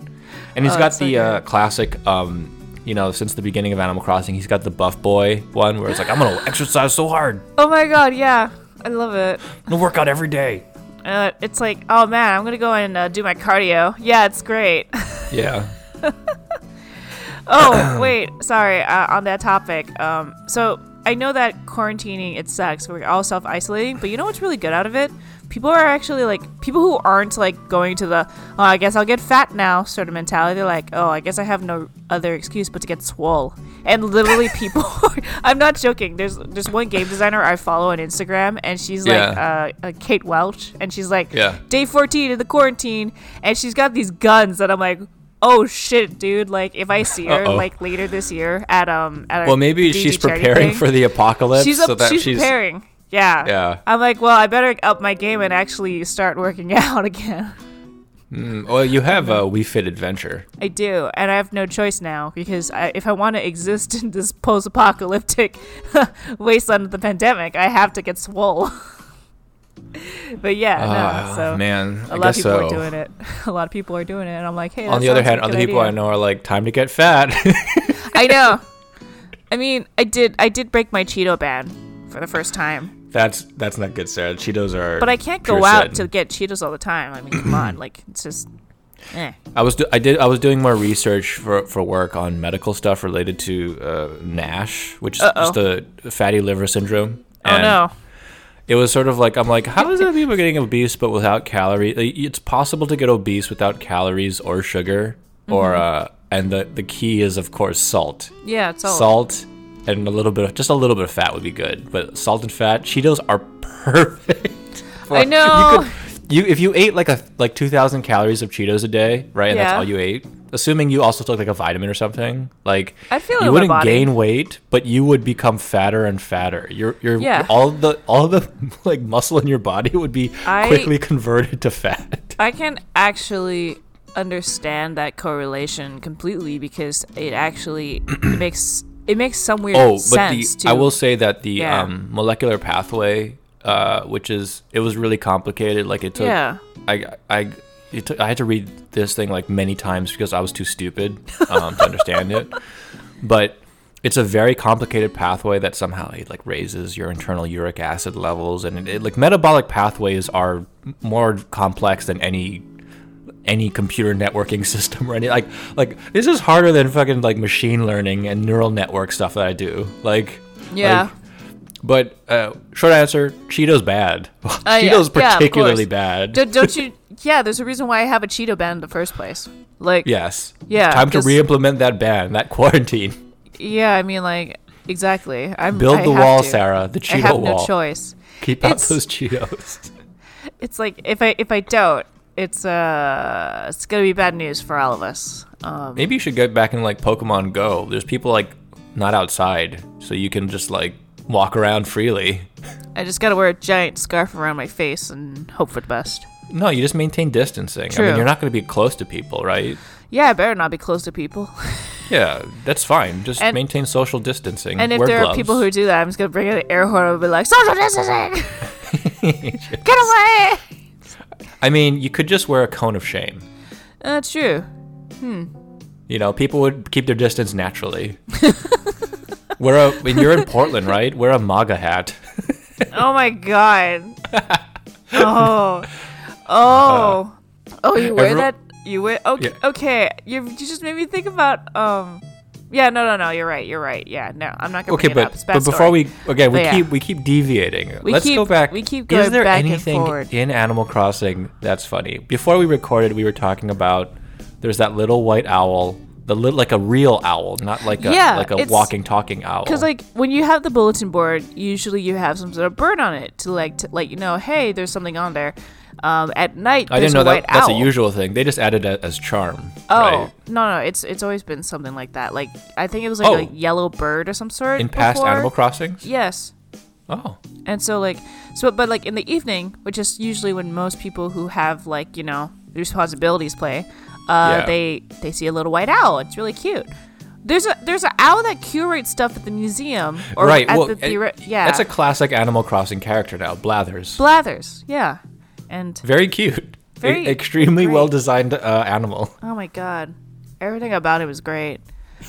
Speaker 1: And he's
Speaker 2: Oh,
Speaker 1: got
Speaker 2: that's so
Speaker 1: the
Speaker 2: good.
Speaker 1: uh, classic, um, you know, since the beginning of Animal Crossing, he's got the buff boy one where it's like, I'm going to exercise so hard.
Speaker 2: Oh my god. Yeah, I love it.
Speaker 1: I'm going to work out every day.
Speaker 2: Uh, it's like, oh man, I'm gonna go and uh, do my cardio. Yeah, it's great.
Speaker 1: Yeah.
Speaker 2: oh wait, sorry. Uh, on that topic, um, so I know that quarantining it sucks. We're all self isolating, but you know what's really good out of it? People are actually like people who aren't like going to the oh I guess I'll get fat now sort of mentality. They're like oh I guess I have no other excuse but to get swole. And literally people, I'm not joking. There's there's one game designer I follow on Instagram, and she's
Speaker 1: Yeah.
Speaker 2: like uh, uh, Kate Welch, and she's like
Speaker 1: Yeah.
Speaker 2: day 14 of the quarantine and she's got these guns that i'm like oh shit dude like if i see her
Speaker 1: Uh-oh.
Speaker 2: like later this year at um at our
Speaker 1: Well, maybe
Speaker 2: DG
Speaker 1: she's
Speaker 2: charity
Speaker 1: preparing
Speaker 2: thing,
Speaker 1: for the apocalypse.
Speaker 2: she's, up,
Speaker 1: so that
Speaker 2: she's,
Speaker 1: she's,
Speaker 2: preparing yeah
Speaker 1: Yeah.
Speaker 2: i'm like well i better up my game and actually start working out again
Speaker 1: Mm, Well, you have a We Fit Adventure.
Speaker 2: i do and i have no choice now because I, if i want to exist in this post-apocalyptic wasteland of the pandemic i have to get swole but yeah no
Speaker 1: Ah,
Speaker 2: so
Speaker 1: man. I
Speaker 2: a lot of
Speaker 1: guess
Speaker 2: people
Speaker 1: so.
Speaker 2: are doing it. A lot of people are doing it, and I'm like, hey.
Speaker 1: On
Speaker 2: that
Speaker 1: the other
Speaker 2: sounds
Speaker 1: hand,
Speaker 2: like a
Speaker 1: other
Speaker 2: good
Speaker 1: people I
Speaker 2: idea.
Speaker 1: know are like, time to get fat.
Speaker 2: I know. I mean, I did. I did break my Cheeto ban for the first time,
Speaker 1: That's that's not good, Sarah. Cheetos are.
Speaker 2: but I can't
Speaker 1: pure
Speaker 2: go out to
Speaker 1: sin.
Speaker 2: get Cheetos all the time. I mean, come on, like it's just. Eh.
Speaker 1: I was do- I did I was doing more research for, for work on medical stuff related to uh, NASH, which is
Speaker 2: Uh-oh.
Speaker 1: just the fatty liver syndrome.
Speaker 2: Oh no.
Speaker 1: It was sort of like I'm like, how is it people getting obese but without calories? It's possible to get obese without calories or sugar, or
Speaker 2: Mm-hmm.
Speaker 1: uh, and the the key is of course salt,
Speaker 2: Yeah, it's all.
Speaker 1: salt, and a little bit of just a little bit of fat would be good. But salt and fat, Cheetos are perfect. for-
Speaker 2: I know.
Speaker 1: You could, you if you ate like a like two thousand calories of Cheetos a day, right? And that's
Speaker 2: Yeah.
Speaker 1: all you ate. Assuming you also took like a vitamin or something, like
Speaker 2: I feel it in
Speaker 1: you
Speaker 2: my
Speaker 1: wouldn't
Speaker 2: body.
Speaker 1: gain weight, but you would become fatter and fatter. Your your
Speaker 2: Yeah.
Speaker 1: all the all the like muscle in your body would be
Speaker 2: I-
Speaker 1: quickly converted to fat.
Speaker 2: I can actually understand that correlation completely because it actually it makes it makes some weird
Speaker 1: Oh, but the
Speaker 2: sense to.
Speaker 1: I will say that the
Speaker 2: Yeah.
Speaker 1: um, molecular pathway, uh, which is it was really complicated. Like it took
Speaker 2: Yeah.
Speaker 1: I I it took, I had to read this thing like many times because I was too stupid um, to understand it. But it's a very complicated pathway that somehow it like raises your internal uric acid levels and it, it- like metabolic pathways are m- more complex than any any computer networking system or any like like this is harder than fucking like machine learning and neural network stuff that I do like
Speaker 2: Yeah.
Speaker 1: like, but uh, short answer Cheetos bad
Speaker 2: Oh, yeah.
Speaker 1: Cheetos
Speaker 2: Yeah, of
Speaker 1: particularly
Speaker 2: course.
Speaker 1: bad
Speaker 2: D- don't you? Yeah, there's a reason why I have a Cheeto ban in the first place. Like,
Speaker 1: yes
Speaker 2: Yeah,
Speaker 1: time to
Speaker 2: 'cause-
Speaker 1: re-implement that ban that quarantine
Speaker 2: yeah, I mean, like, exactly. I'm
Speaker 1: build
Speaker 2: I
Speaker 1: the
Speaker 2: have
Speaker 1: wall
Speaker 2: to.
Speaker 1: Sarah the
Speaker 2: I
Speaker 1: Cheeto
Speaker 2: have
Speaker 1: wall
Speaker 2: no choice.
Speaker 1: keep out
Speaker 2: It's-
Speaker 1: those Cheetos.
Speaker 2: It's like if I if I don't, it's uh, it's gonna be bad news for all of us. Um,
Speaker 1: Maybe you should get back in like Pokemon Go. There's people like not outside, so you can just like walk around freely.
Speaker 2: I just gotta wear a giant scarf around my face and hope for the best.
Speaker 1: No, you just maintain distancing. I
Speaker 2: True.
Speaker 1: mean, you're not going to be close to people, right?
Speaker 2: Yeah, I better not be close to people.
Speaker 1: Yeah, that's fine. Just
Speaker 2: And-
Speaker 1: maintain social distancing.
Speaker 2: And if
Speaker 1: Wear
Speaker 2: there
Speaker 1: gloves.
Speaker 2: are people who do that, I'm just gonna bring out an air horn and be like, "Social distancing, get away!"
Speaker 1: I mean, you could just wear a cone of shame.
Speaker 2: That's Uh, true.
Speaker 1: You know, people would keep their distance naturally. wear a. I mean, you're in Portland, right? Wear a MAGA hat.
Speaker 2: Oh my god. Oh. Oh. Oh, you wear
Speaker 1: Uh, Everyone-
Speaker 2: that? You wear okay.
Speaker 1: Yeah.
Speaker 2: Okay. You you just made me think about um Yeah, no, no, no. You're right. You're right. Yeah. No, I'm not going to
Speaker 1: Okay,
Speaker 2: bring it
Speaker 1: but
Speaker 2: up. It's a bad
Speaker 1: but before
Speaker 2: story.
Speaker 1: we okay, we
Speaker 2: But yeah.
Speaker 1: keep we keep deviating.
Speaker 2: We
Speaker 1: Let's go
Speaker 2: keep-
Speaker 1: back.
Speaker 2: we keep
Speaker 1: Is
Speaker 2: going
Speaker 1: there
Speaker 2: back and
Speaker 1: anything
Speaker 2: forward.
Speaker 1: in Animal Crossing that's funny? Before we recorded, we were talking about there's that little white owl, the little like a real owl, not like a
Speaker 2: Yeah,
Speaker 1: like a
Speaker 2: it's-
Speaker 1: walking talking owl.
Speaker 2: Because like when you have the bulletin board, usually you have some sort of bird on it to like to let you know, hey, there's something on there. Um, at night,
Speaker 1: I
Speaker 2: there's
Speaker 1: didn't know
Speaker 2: a white
Speaker 1: that that's
Speaker 2: owl.
Speaker 1: a usual thing. They just added it as charm.
Speaker 2: Oh
Speaker 1: right?
Speaker 2: no, no, it's it's always been something like that. Like I think it was like
Speaker 1: Oh.
Speaker 2: a yellow bird or some sort.
Speaker 1: in past
Speaker 2: before.
Speaker 1: Animal Crossings.
Speaker 2: Yes,
Speaker 1: Oh,
Speaker 2: and so like so, but like in the evening, which is usually when most people who have like you know responsibilities play, uh,
Speaker 1: Yeah.
Speaker 2: they they see a little white owl. It's really cute. There's a there's an owl that curates stuff at the museum or
Speaker 1: right.
Speaker 2: at
Speaker 1: well,
Speaker 2: the,
Speaker 1: it-
Speaker 2: theori- yeah
Speaker 1: that's a classic Animal Crossing character now. Blathers,
Speaker 2: Blathers, yeah. And
Speaker 1: very cute, E-
Speaker 2: Very
Speaker 1: extremely
Speaker 2: great.
Speaker 1: well designed uh, animal.
Speaker 2: oh my god, everything about it was great.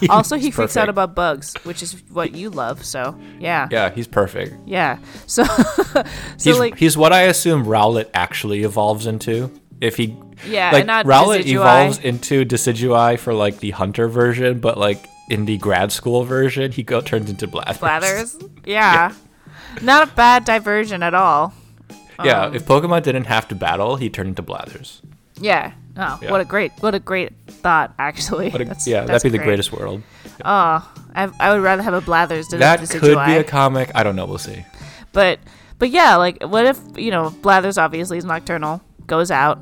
Speaker 2: Also, he
Speaker 1: It's
Speaker 2: freaks out
Speaker 1: perfect.
Speaker 2: about bugs, which is what you love. So yeah,
Speaker 1: Yeah,
Speaker 2: yeah.
Speaker 1: he's perfect.
Speaker 2: So, so
Speaker 1: he's,
Speaker 2: like
Speaker 1: he's what I assume Rowlet actually evolves into. If he
Speaker 2: Yeah,
Speaker 1: like
Speaker 2: and not
Speaker 1: Rowlet
Speaker 2: Decidueye.
Speaker 1: evolves into Decidui for like the hunter version, but like in the grad school version, he go turns into Blathers.
Speaker 2: Blathers, yeah. not a bad diversion at all.
Speaker 1: Yeah,
Speaker 2: Oh.
Speaker 1: if Pokemon didn't have to battle, he turned into Blathers.
Speaker 2: Yeah. Oh,
Speaker 1: Yeah.
Speaker 2: what a great, what a great thought. Actually,
Speaker 1: But it-
Speaker 2: That's-
Speaker 1: yeah, that'd
Speaker 2: that's
Speaker 1: be the
Speaker 2: great.
Speaker 1: greatest world.
Speaker 2: I, I would rather have a Blathers than
Speaker 1: That
Speaker 2: a
Speaker 1: could be
Speaker 2: Decidueye.
Speaker 1: a comic. I don't know. We'll see.
Speaker 2: But but yeah, like what if you know Blathers obviously is nocturnal, goes out,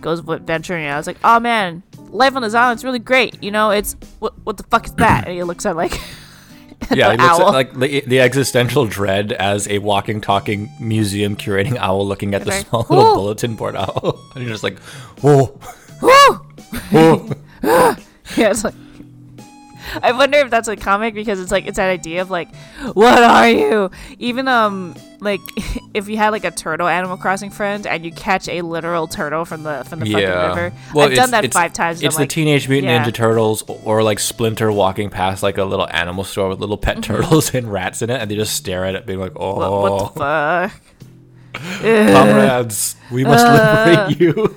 Speaker 2: goes v- venturing out. It's like, oh man, life on this island's really great. You know, it's what what the fuck is that? And he looks at like
Speaker 1: Yeah,
Speaker 2: the
Speaker 1: he looks at,
Speaker 2: owl.
Speaker 1: like the, the existential dread as a walking, talking museum curating owl looking at the
Speaker 2: Okay.
Speaker 1: small little
Speaker 2: Ooh.
Speaker 1: bulletin board owl, and you're just like, whoa,
Speaker 2: woo.
Speaker 1: whoa.
Speaker 2: Yeah, it's like. I wonder if that's a comic because it's like it's that idea of like, what are you? Even um like if you had like a turtle Animal Crossing friend and you catch a literal turtle from the from the fucking river. I've
Speaker 1: it's-
Speaker 2: done that
Speaker 1: it's-
Speaker 2: five times. and
Speaker 1: It's
Speaker 2: I'm
Speaker 1: the
Speaker 2: like,
Speaker 1: Teenage Mutant
Speaker 2: yeah.
Speaker 1: Ninja Turtles or, or, like Splinter walking past like a little animal store with little pet turtles and rats in it, and they just stare at it, being like,
Speaker 2: Mm-hmm. "What-
Speaker 1: "Oh,
Speaker 2: what the fuck?
Speaker 1: comrades, we must
Speaker 2: Uh.
Speaker 1: liberate you."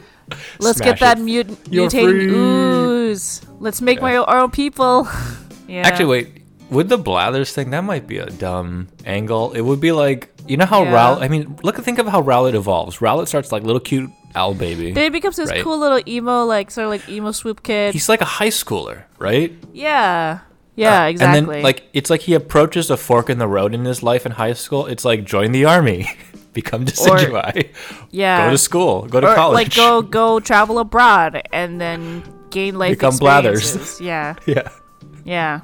Speaker 2: Let's
Speaker 1: Smash
Speaker 2: get that
Speaker 1: it.
Speaker 2: mutant
Speaker 1: You're free.
Speaker 2: mutating ooze. Let's make my our own people. yeah.
Speaker 1: Actually, wait. With the Blathers thing, that might be a dumb angle. It would be like you know how
Speaker 2: Yeah.
Speaker 1: Rowlet. I mean, look, think of how Rowlet evolves. Rowlet starts like little cute owl baby.
Speaker 2: Then he becomes this
Speaker 1: Right.
Speaker 2: cool little emo, like sort of like emo swoop kid.
Speaker 1: He's like a high schooler, right?
Speaker 2: yeah. Yeah, exactly.
Speaker 1: Uh, And then like it's like he approaches a fork in the road in his life in high school. It's like join the army, become Decidueye,
Speaker 2: yeah.
Speaker 1: go to school, go to
Speaker 2: or
Speaker 1: college.
Speaker 2: like go go travel abroad and then gain life
Speaker 1: Become blathers.
Speaker 2: experiences. Yeah,
Speaker 1: yeah,
Speaker 2: yeah.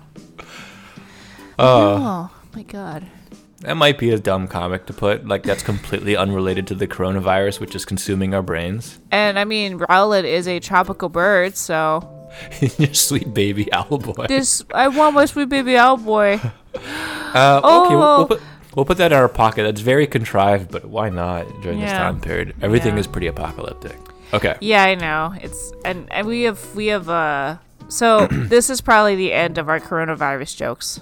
Speaker 1: Uh,
Speaker 2: oh my god.
Speaker 1: that might be a dumb comic to put. Like that's completely unrelated to the coronavirus, which is consuming our brains.
Speaker 2: And I mean, Rowlet is a tropical bird, so
Speaker 1: Your sweet baby owl boy.
Speaker 2: this I want my sweet baby owl boy.
Speaker 1: Uh, okay, we'll,
Speaker 2: Oh.
Speaker 1: we'll put. We'll put that in our pocket. That's very contrived, but why not during this
Speaker 2: Yeah.
Speaker 1: time period? Everything
Speaker 2: Yeah.
Speaker 1: is pretty apocalyptic. Okay.
Speaker 2: Yeah, I know. It's and and we have we have uh. So this is probably the end of our coronavirus jokes.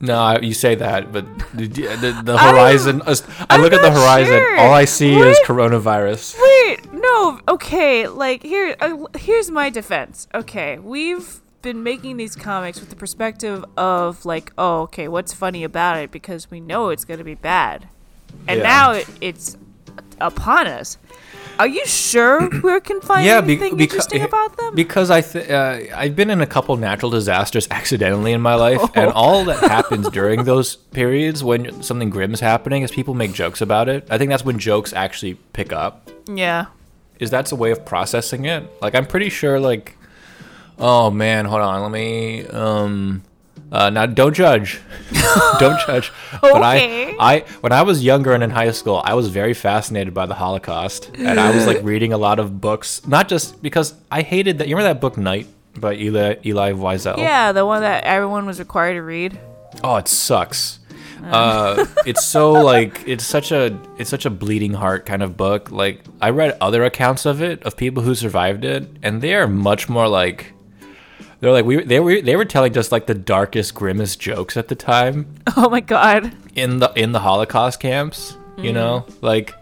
Speaker 1: No, I- you say that, but the, the, the horizon. uh, I,
Speaker 2: I'm
Speaker 1: look at the
Speaker 2: not
Speaker 1: horizon.
Speaker 2: sure.
Speaker 1: All I see is
Speaker 2: What?
Speaker 1: coronavirus.
Speaker 2: Wait, no, okay. Like here, uh, here's my defense. Okay, we've been making these comics with the perspective of like, oh, okay, what's funny about it? Because we know it's gonna be bad, and
Speaker 1: Yeah.
Speaker 2: now it, it's upon us. Are you sure we can find
Speaker 1: be-
Speaker 2: anything
Speaker 1: beca-
Speaker 2: interesting about them?
Speaker 1: Because I th- uh, I've been in a couple natural disasters accidentally in my life, and all that happens during those periods when something grim is happening is people make jokes about it. I think that's when jokes actually pick up.
Speaker 2: yeah.
Speaker 1: Is that's a way of processing it? Like I'm pretty sure. Like, oh man, hold on, let me. Um, uh, now don't judge, don't judge. But
Speaker 2: Okay.
Speaker 1: I, I when I was younger and in high school, I was very fascinated by the Holocaust, and I was like reading a lot of books. Not just because I hated that. You remember that book Night by Eli Eli Wiesel?
Speaker 2: Yeah, the one that everyone was required to read.
Speaker 1: Oh, it sucks. Uh, it's so like it's such a it's such a bleeding heart kind of book. Like I read other accounts of it of people who survived it, and they are much more like they're like we they were they were telling just like the darkest, grimmest jokes at the time
Speaker 2: Oh my god.
Speaker 1: in the in the Holocaust camps. You know, like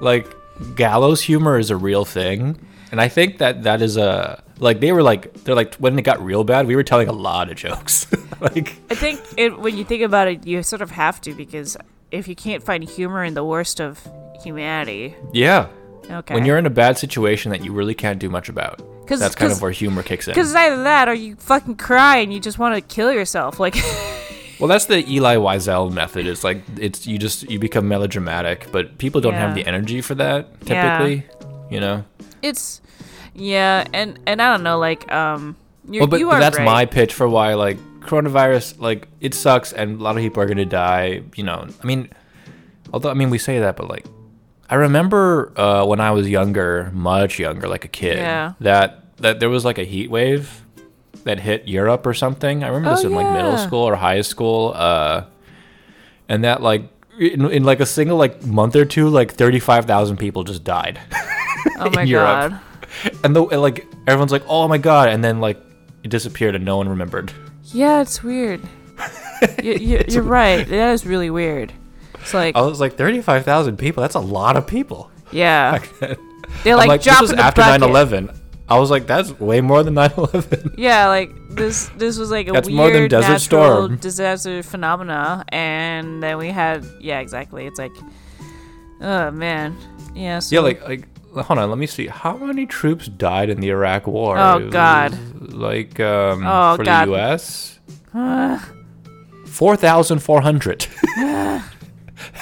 Speaker 1: like gallows humor is a real thing, and I think that that is a like they were like they're like when it got real bad, we were telling a lot of jokes. like
Speaker 2: I think it, when you think about it, you sort of have to because if you can't find humor in the worst of humanity,
Speaker 1: yeah.
Speaker 2: okay.
Speaker 1: when you're in a bad situation that you really can't do much about.
Speaker 2: 'Cause-
Speaker 1: that's kind
Speaker 2: 'cause-
Speaker 1: of where humor kicks in.
Speaker 2: because either that or you fucking cry and you just want to kill yourself. Like,
Speaker 1: Well, that's the Eli Wiesel method. It's like it's you just you become melodramatic, but people don't have
Speaker 2: Yeah.
Speaker 1: the energy for that
Speaker 2: Yeah.
Speaker 1: typically. You know.
Speaker 2: it's yeah, and and I don't know, like um, you're,
Speaker 1: Well, but,
Speaker 2: you
Speaker 1: but
Speaker 2: are
Speaker 1: that's
Speaker 2: right.
Speaker 1: my pitch for why like coronavirus, like it sucks, and a lot of people are gonna die. You know, I mean, although I mean we say that, but like I remember uh, when I was younger, much younger, like a kid,
Speaker 2: Yeah.
Speaker 1: that that there was like a heat wave that hit Europe or something. I remember this
Speaker 2: Oh,
Speaker 1: in like middle
Speaker 2: yeah.
Speaker 1: school or high school, uh, and that like in, in like a single like month or two, like thirty five thousand people just died.
Speaker 2: oh my
Speaker 1: Europe.
Speaker 2: god,
Speaker 1: and the and, like everyone's like, "Oh my god!" And then like it disappeared, and no one remembered.
Speaker 2: yeah, it's weird. you, you, you're right. That is really weird. It's like,
Speaker 1: I was like, thirty-five thousand people. That's a lot of people.
Speaker 2: yeah,
Speaker 1: Like,
Speaker 2: they're
Speaker 1: I'm
Speaker 2: like,
Speaker 1: like this
Speaker 2: dropping
Speaker 1: was
Speaker 2: the
Speaker 1: after
Speaker 2: bucket.
Speaker 1: 9/11. I was like, that's way more than 9/11.
Speaker 2: Yeah, like this. This was like a
Speaker 1: That's
Speaker 2: weird
Speaker 1: more than Desert
Speaker 2: natural
Speaker 1: Storm.
Speaker 2: disaster phenomena, and then we had yeah, exactly. It's like, oh man, yeah. So,
Speaker 1: yeah, like like hold on, let me see. How many troops died in the Iraq War?
Speaker 2: Oh,
Speaker 1: It was,
Speaker 2: God.
Speaker 1: Like um,
Speaker 2: Oh,
Speaker 1: for
Speaker 2: God. Uh.
Speaker 1: the U.S. Four thousand four hundred.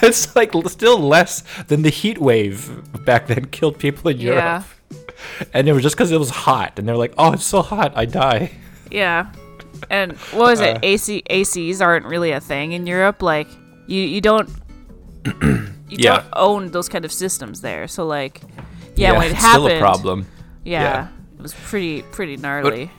Speaker 1: It's like l- still less than the heat wave back then killed people in Europe.
Speaker 2: yeah,
Speaker 1: And it was just because it was hot. And they're like, oh, it's so hot, I die.
Speaker 2: yeah. And what was
Speaker 1: Uh.
Speaker 2: it? AC ACs aren't really a thing in Europe. Like you, you don't, you
Speaker 1: Yeah.
Speaker 2: don't own those kind of systems there. So like, yeah, when it
Speaker 1: it's
Speaker 2: happened,
Speaker 1: still a problem.
Speaker 2: Yeah,
Speaker 1: Yeah.
Speaker 2: it was pretty pretty gnarly.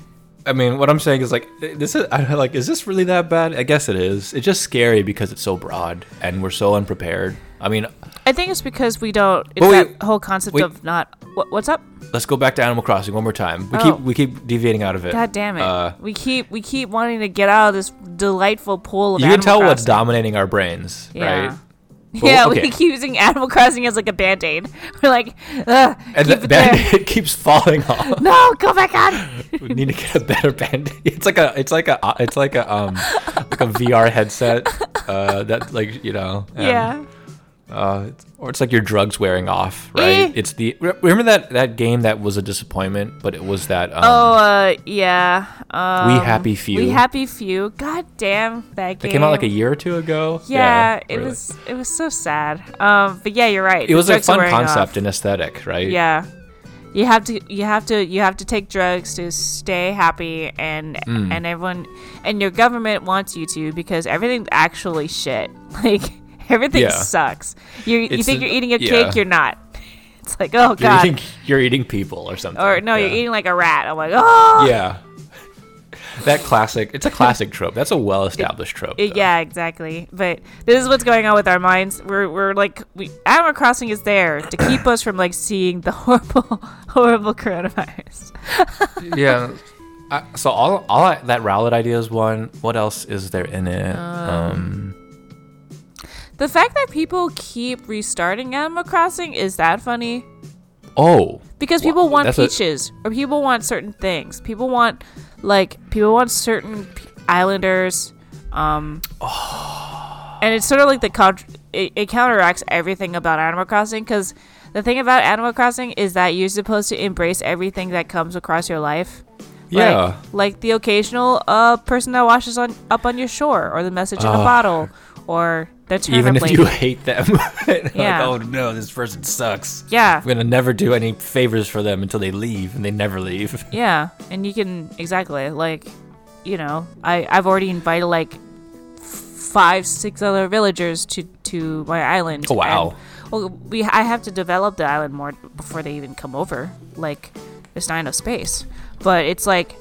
Speaker 1: I mean, what I'm saying is like this is I'm like is this really that bad? I guess it is. It's just scary because it's so broad and we're so unprepared. I mean,
Speaker 2: I think it's because we don't. It's
Speaker 1: But
Speaker 2: that
Speaker 1: wait,
Speaker 2: whole concept
Speaker 1: wait.
Speaker 2: of not. What, what's up?
Speaker 1: let's go back to Animal Crossing one more time. We
Speaker 2: Oh.
Speaker 1: keep we keep deviating out of it.
Speaker 2: God damn it!
Speaker 1: Uh,
Speaker 2: we keep we keep wanting to get out of this delightful pool of.
Speaker 1: you can
Speaker 2: Animal
Speaker 1: tell what's
Speaker 2: Crossing.
Speaker 1: dominating our brains,
Speaker 2: Yeah.
Speaker 1: right?
Speaker 2: yeah,
Speaker 1: okay.
Speaker 2: we keep using Animal Crossing as like a band aid. We're like, Ugh,
Speaker 1: And
Speaker 2: keep
Speaker 1: the
Speaker 2: it there.
Speaker 1: band-aid keeps falling off.
Speaker 2: No, go back on.
Speaker 1: we need to get a better band. It's like a it's like a it's like a um like a VR headset uh that like, you know. and-
Speaker 2: yeah,
Speaker 1: Uh, it's- or it's like your drugs wearing off, right?
Speaker 2: Eh.
Speaker 1: It's the re- remember that that game that was a disappointment, but it was that um,
Speaker 2: Oh, uh, yeah. Um,
Speaker 1: Happy Few.
Speaker 2: We happy few. God damn that game.
Speaker 1: it came out like a year or two ago.
Speaker 2: Yeah, it
Speaker 1: really.
Speaker 2: was it was so sad. Um, but yeah, you're right.
Speaker 1: It was a
Speaker 2: drugs are
Speaker 1: fun
Speaker 2: wearing off.
Speaker 1: concept and aesthetic, right?
Speaker 2: Yeah. You have to you have to you have to take drugs to stay happy and
Speaker 1: Mm.
Speaker 2: and everyone and your government wants you to because everything's actually shit. Like everything
Speaker 1: Yeah.
Speaker 2: sucks. You
Speaker 1: It's
Speaker 2: you think
Speaker 1: a-
Speaker 2: you're eating a
Speaker 1: yeah.
Speaker 2: cake, you're not. It's like,
Speaker 1: You're
Speaker 2: oh god.
Speaker 1: eating, you're eating people or something.
Speaker 2: or no,
Speaker 1: yeah.
Speaker 2: you're eating like a rat. I'm like, oh
Speaker 1: Yeah. that classic. It's a classic trope. That's a well-established trope.
Speaker 2: It-
Speaker 1: though.
Speaker 2: yeah, exactly. But this is what's going on with our minds. We're, we're like, we, Animal Crossing is there to keep us from like seeing the horrible, horrible coronavirus.
Speaker 1: yeah. I, so all all I, that Rowlet idea is one. What else is there in it?
Speaker 2: Uh,
Speaker 1: Um,
Speaker 2: The fact that people keep restarting Animal Crossing is that funny
Speaker 1: oh,
Speaker 2: because
Speaker 1: Wha-
Speaker 2: people want
Speaker 1: that's a-
Speaker 2: peaches or people want certain things. People want like people want certain p- islanders. Um,
Speaker 1: Oh.
Speaker 2: and it's sort of like the contr it, it counteracts everything about Animal Crossing because the thing about Animal Crossing is that you're supposed to embrace everything that comes across your life.
Speaker 1: yeah.
Speaker 2: Like, like the occasional uh, person that washes on up on your shore, or the message in a bottle, or the turnip
Speaker 1: Even if
Speaker 2: lady.
Speaker 1: you hate them, like,
Speaker 2: Yeah.
Speaker 1: oh no, this person sucks.
Speaker 2: yeah,
Speaker 1: I'm gonna never do any favors for them until they leave, and they never leave.
Speaker 2: yeah, and you can exactly like, you know, I I've already invited like f- five six other villagers to to my island.
Speaker 1: Oh, wow.
Speaker 2: and- well, we I have to develop the island more before they even come over. Like, there's not enough space, but it's like.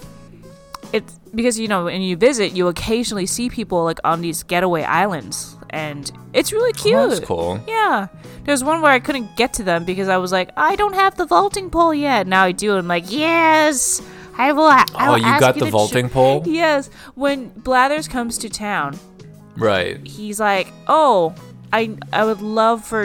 Speaker 2: It's because you know when you visit, you occasionally see people like on these getaway islands, and it's really cute.
Speaker 1: Oh, that's cool.
Speaker 2: Yeah. There's one where I couldn't get to them because I was like, I don't have the vaulting pole yet. Now I do. and I'm like, yes, I will. I
Speaker 1: Oh,
Speaker 2: will
Speaker 1: you
Speaker 2: ask
Speaker 1: got the
Speaker 2: to
Speaker 1: vaulting
Speaker 2: sh-"
Speaker 1: pole?
Speaker 2: Yes. When Blathers comes to town,
Speaker 1: Right.
Speaker 2: he's like, oh, I I would love for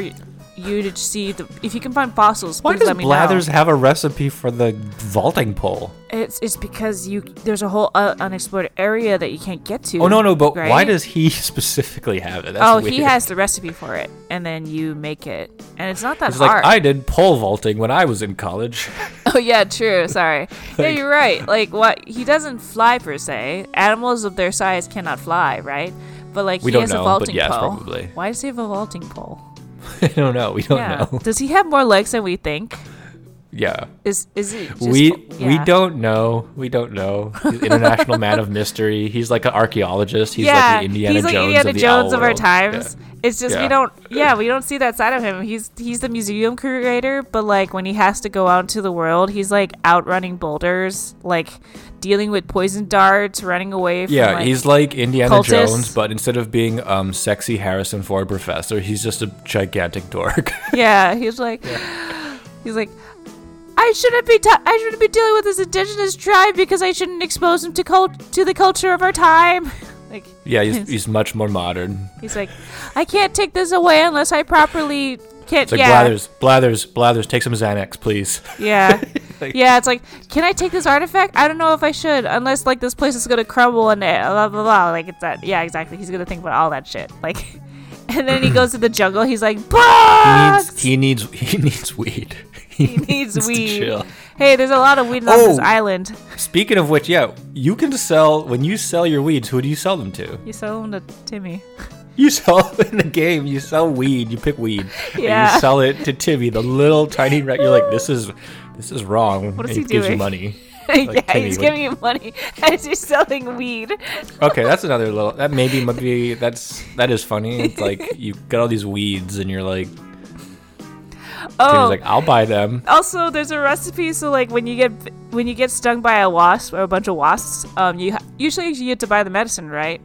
Speaker 2: you to see the if you can find fossils.
Speaker 1: Why
Speaker 2: please
Speaker 1: does
Speaker 2: let me
Speaker 1: Blathers
Speaker 2: know.
Speaker 1: have a recipe for the vaulting pole?
Speaker 2: It's it's because you there's a whole uh, unexplored area that you can't get to.
Speaker 1: Oh no, no, but why
Speaker 2: right?
Speaker 1: does he specifically have it? That's
Speaker 2: Oh,
Speaker 1: weird.
Speaker 2: he has the recipe for it, and then you make it, and it's not that
Speaker 1: It's
Speaker 2: hard.
Speaker 1: like I did pole vaulting when I was in college.
Speaker 2: Oh yeah, true. Sorry. yeah,
Speaker 1: Like-
Speaker 2: you're right. Like what he doesn't fly per se. Animals of their size cannot fly, right? But like
Speaker 1: We
Speaker 2: he
Speaker 1: don't
Speaker 2: has
Speaker 1: know,
Speaker 2: a
Speaker 1: but
Speaker 2: vaulting
Speaker 1: yes,
Speaker 2: pole.
Speaker 1: probably.
Speaker 2: Why does he have a vaulting pole?
Speaker 1: I don't know. We don't
Speaker 2: Yeah.
Speaker 1: know.
Speaker 2: Does he have more legs than we think?
Speaker 1: Yeah.
Speaker 2: Is is it? Just,
Speaker 1: we we
Speaker 2: yeah.
Speaker 1: don't know. We don't know. He's an international man of mystery. He's like an archaeologist. He's
Speaker 2: yeah,
Speaker 1: like the Indiana
Speaker 2: he's like
Speaker 1: Jones
Speaker 2: Indiana
Speaker 1: of the
Speaker 2: Jones
Speaker 1: owl
Speaker 2: of our
Speaker 1: world.
Speaker 2: times. It's just
Speaker 1: Yeah.
Speaker 2: we don't. Yeah, we don't see that side of him. He's he's the museum curator, but like when he has to go out into the world, he's like outrunning boulders, like dealing with poison darts, running away. From,
Speaker 1: Yeah,
Speaker 2: like,
Speaker 1: he's like Indiana
Speaker 2: cultists.
Speaker 1: Jones, but instead of being um, sexy Harrison Ford professor, he's just a gigantic dork.
Speaker 2: Yeah, he's like, he's like, I shouldn't be, ta- I shouldn't be dealing with this indigenous tribe because I shouldn't expose them to cult- to the culture of our time. like,
Speaker 1: yeah, he's,
Speaker 2: Yes.
Speaker 1: he's much more modern.
Speaker 2: he's like, I can't take this away unless I properly can't.
Speaker 1: It's like
Speaker 2: yeah,
Speaker 1: Blathers, Blathers, Blathers, take some Xanax, please.
Speaker 2: yeah,
Speaker 1: Like-
Speaker 2: yeah. It's like, can I take this artifact? I don't know if I should unless like this place is gonna crumble and eh, blah blah blah. Like it's that. Yeah, exactly. He's gonna think about all that shit. Like. And then he goes to the jungle. He's like,
Speaker 1: He needs,
Speaker 2: "Books!"
Speaker 1: he needs, he needs weed.
Speaker 2: He needs
Speaker 1: to
Speaker 2: weed.
Speaker 1: chill.
Speaker 2: Hey, there's a lot of weed on this
Speaker 1: Oh.
Speaker 2: island.
Speaker 1: Speaking of which, yeah, you can sell when you sell your weeds. Who do you sell them to?
Speaker 2: You sell them to Timmy.
Speaker 1: You sell in the game. You sell weed. You pick weed. and
Speaker 2: Yeah.
Speaker 1: you sell it to Timmy, the little tiny rat. You're like, this is, this is wrong.
Speaker 2: What is
Speaker 1: and
Speaker 2: he
Speaker 1: Gives you
Speaker 2: doing?
Speaker 1: money.
Speaker 2: yeah,
Speaker 1: Timmy
Speaker 2: he's
Speaker 1: would-
Speaker 2: giving you money as you're selling weed.
Speaker 1: Okay, that's another little. That maybe might be. That's that is funny. It's like you got all these weeds, and you're like, Timmy's
Speaker 2: Oh,
Speaker 1: like, I'll buy them.
Speaker 2: also there's a recipe. So like when you get when you get stung by a wasp or a bunch of wasps, um, you ha- usually you get to buy the medicine, right?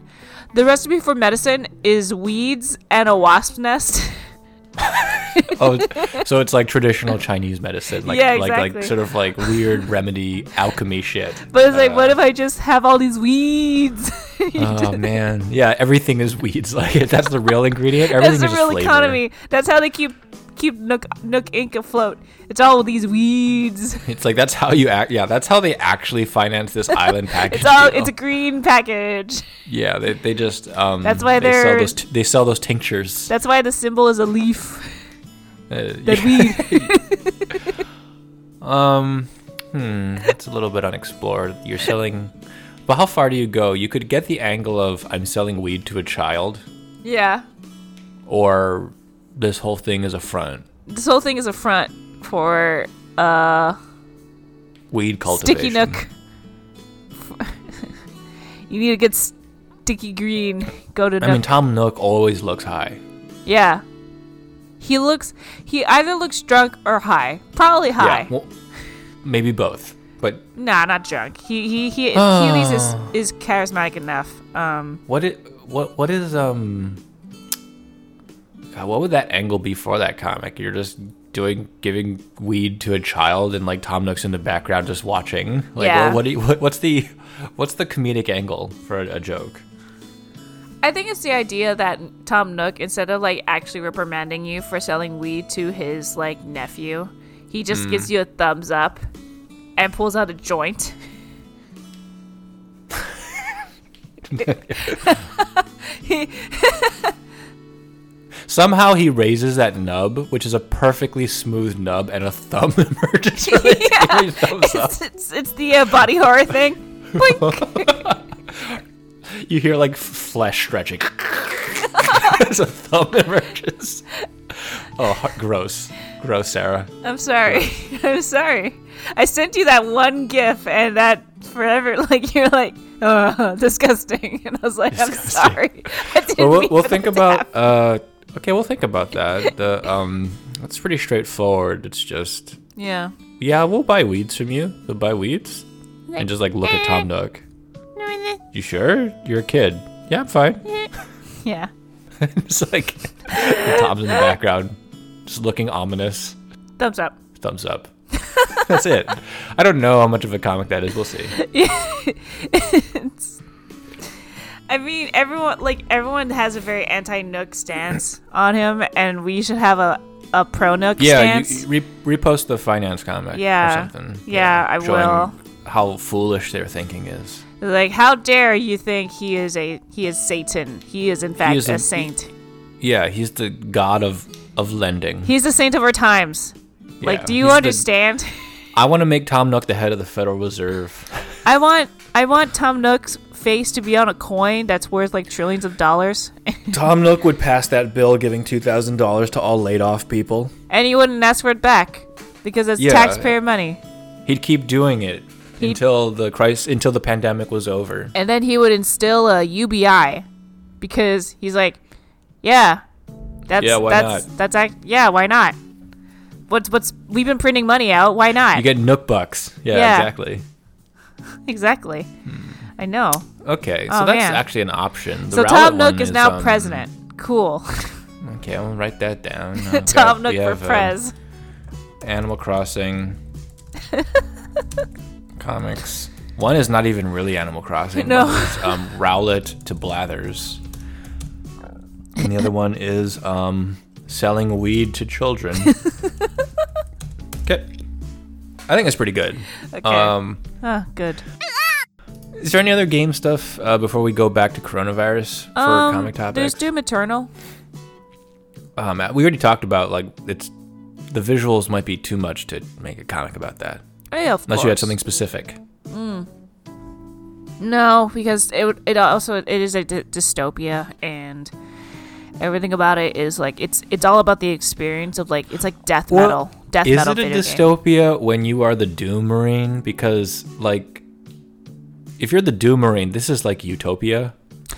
Speaker 2: The recipe for medicine is weeds and a wasp nest.
Speaker 1: Oh, so it's like traditional Chinese medicine, like
Speaker 2: Yeah,
Speaker 1: like like
Speaker 2: exactly.
Speaker 1: sort of like weird remedy alchemy shit.
Speaker 2: But it's like, what
Speaker 1: Uh.
Speaker 2: if I just have all these weeds?
Speaker 1: Oh man, yeah, everything is weeds. Like that's the real ingredient. Everything
Speaker 2: That's the
Speaker 1: is
Speaker 2: real
Speaker 1: just flavor.
Speaker 2: economy. That's how they keep keep Nook Nook Inc afloat. It's all these weeds.
Speaker 1: It's like that's how you act. Yeah, that's how they actually finance this island package.
Speaker 2: It's all
Speaker 1: deal.
Speaker 2: it's a green package.
Speaker 1: yeah. They, they just um.
Speaker 2: That's why
Speaker 1: they sell
Speaker 2: they're-
Speaker 1: those. T- they sell those tinctures.
Speaker 2: That's why the symbol is a leaf.
Speaker 1: Uh,
Speaker 2: that we
Speaker 1: Um, hmm, it's a little bit unexplored. You're selling, but how far do you go? You could get the angle of I'm selling weed to a child,
Speaker 2: yeah
Speaker 1: or this whole thing is a front.
Speaker 2: this whole thing is a front for uh
Speaker 1: Weed cultivation.
Speaker 2: sticky nook you need to get sticky green go to nook
Speaker 1: I mean, Tom Nook always looks high.
Speaker 2: yeah he looks he either looks drunk or high probably high
Speaker 1: Yeah. Well, maybe both, but
Speaker 2: nah not drunk he he he,
Speaker 1: Ah.
Speaker 2: he at least is, is charismatic enough um
Speaker 1: What it what what is um God, what would that angle be for that comic? You're just doing giving weed to a child and like Tom Nook's in the background just watching. Like,
Speaker 2: Yeah.
Speaker 1: well, what do you, what, what's the what's the comedic angle for a, a joke?
Speaker 2: I think it's the idea that Tom Nook, instead of like actually reprimanding you for selling weed to his like nephew, he just
Speaker 1: Hmm.
Speaker 2: gives you a thumbs up and pulls out a joint. He-
Speaker 1: Somehow he raises that nub, which is a perfectly smooth nub, and a thumb emerges from it.
Speaker 2: Yeah.
Speaker 1: He thumbs up.
Speaker 2: it's, it's, it's the uh, body horror thing. Boink.
Speaker 1: You hear like f- flesh stretching. As a thumb emerges. Oh, har- gross. Gross, Sarah.
Speaker 2: I'm sorry. I'm sorry. I sent you that one gif, and that forever, like you're like, oh, disgusting. And I was like, I'm
Speaker 1: Disgusting.
Speaker 2: sorry. I didn't
Speaker 1: Well, we'll,
Speaker 2: mean
Speaker 1: we'll
Speaker 2: for
Speaker 1: think
Speaker 2: that to
Speaker 1: about.
Speaker 2: happen.
Speaker 1: Uh, okay, we'll think about that. The, um, that's pretty straightforward. It's just,
Speaker 2: Yeah.
Speaker 1: yeah, we'll buy weeds from you. We'll buy weeds. And just like look
Speaker 2: eh.
Speaker 1: at Tom Nook. You sure? You're a kid. Yeah, I'm fine.
Speaker 2: Yeah.
Speaker 1: It's like Tom's in the background, just looking ominous.
Speaker 2: Thumbs up.
Speaker 1: Thumbs up. That's it. I don't know how much of a comic that is. We'll see.
Speaker 2: I mean, everyone like everyone has a very anti Nook stance on him, and we should have a a pro Nook
Speaker 1: Yeah,
Speaker 2: stance.
Speaker 1: you, re- repost the finance comic
Speaker 2: Yeah.
Speaker 1: or something.
Speaker 2: Yeah, I
Speaker 1: showing
Speaker 2: will.
Speaker 1: How foolish their thinking is.
Speaker 2: like, how dare you think he is a he is Satan? He is in fact
Speaker 1: is
Speaker 2: a
Speaker 1: an-
Speaker 2: saint.
Speaker 1: Yeah, he's the god of of lending.
Speaker 2: He's the saint of our times.
Speaker 1: Yeah,
Speaker 2: Like, do you
Speaker 1: he's the-
Speaker 2: understand?
Speaker 1: I want to make Tom Nook the head of the Federal Reserve.
Speaker 2: I want I want Tom Nook's face to be on a coin that's worth like trillions of dollars,
Speaker 3: Tom Nook would pass that bill giving $2,000 to all laid off people.
Speaker 2: and you wouldn't ask for it back because it's
Speaker 1: Yeah.
Speaker 2: taxpayer money.
Speaker 1: He'd keep doing it until the crisis, until the pandemic was over.
Speaker 2: and then he would instill a UBI because he's like, yeah, that's
Speaker 1: Yeah, why
Speaker 2: that's
Speaker 1: not?
Speaker 2: that's act- yeah, why not? What's what's we've been printing money out, why not?
Speaker 1: You get Nook bucks. Yeah,
Speaker 2: Yeah.
Speaker 1: exactly.
Speaker 2: exactly. I know.
Speaker 1: Okay, so
Speaker 2: Oh,
Speaker 1: that's
Speaker 2: man.
Speaker 1: actually an option. Hmm. The
Speaker 2: So
Speaker 1: Rowlett
Speaker 2: Tom Nook
Speaker 1: one
Speaker 2: is now
Speaker 1: um,
Speaker 2: president. Cool.
Speaker 1: Okay, I'll write that down.
Speaker 2: Tom
Speaker 1: We
Speaker 2: Nook
Speaker 1: have,
Speaker 2: for
Speaker 1: uh,
Speaker 2: prez.
Speaker 1: Animal Crossing comics. One is not even really Animal Crossing.
Speaker 2: No.
Speaker 1: One is um, Rowlett to Blathers. And the other one is um, selling weed to children. okay. I think that's pretty good.
Speaker 2: Okay.
Speaker 1: Um,
Speaker 2: Ah, good.
Speaker 1: is there any other game stuff uh, before we go back to coronavirus for
Speaker 2: um,
Speaker 1: comic topics?
Speaker 2: There's Doom Eternal.
Speaker 1: um, we already talked about like it's the visuals might be too much to make a comic about that
Speaker 2: Yeah, Eh, of
Speaker 1: unless you had
Speaker 2: course.
Speaker 1: something specific.
Speaker 2: No, because it would- it also it is a dy- dystopia and everything about it is like it's it's all about the experience of like it's like death
Speaker 1: Well,
Speaker 2: metal. Death
Speaker 1: Is
Speaker 2: metal
Speaker 1: it a
Speaker 2: video game.
Speaker 1: dystopia when you are the Doom Marine? Because like, if you're the Doom Marine, this is like utopia.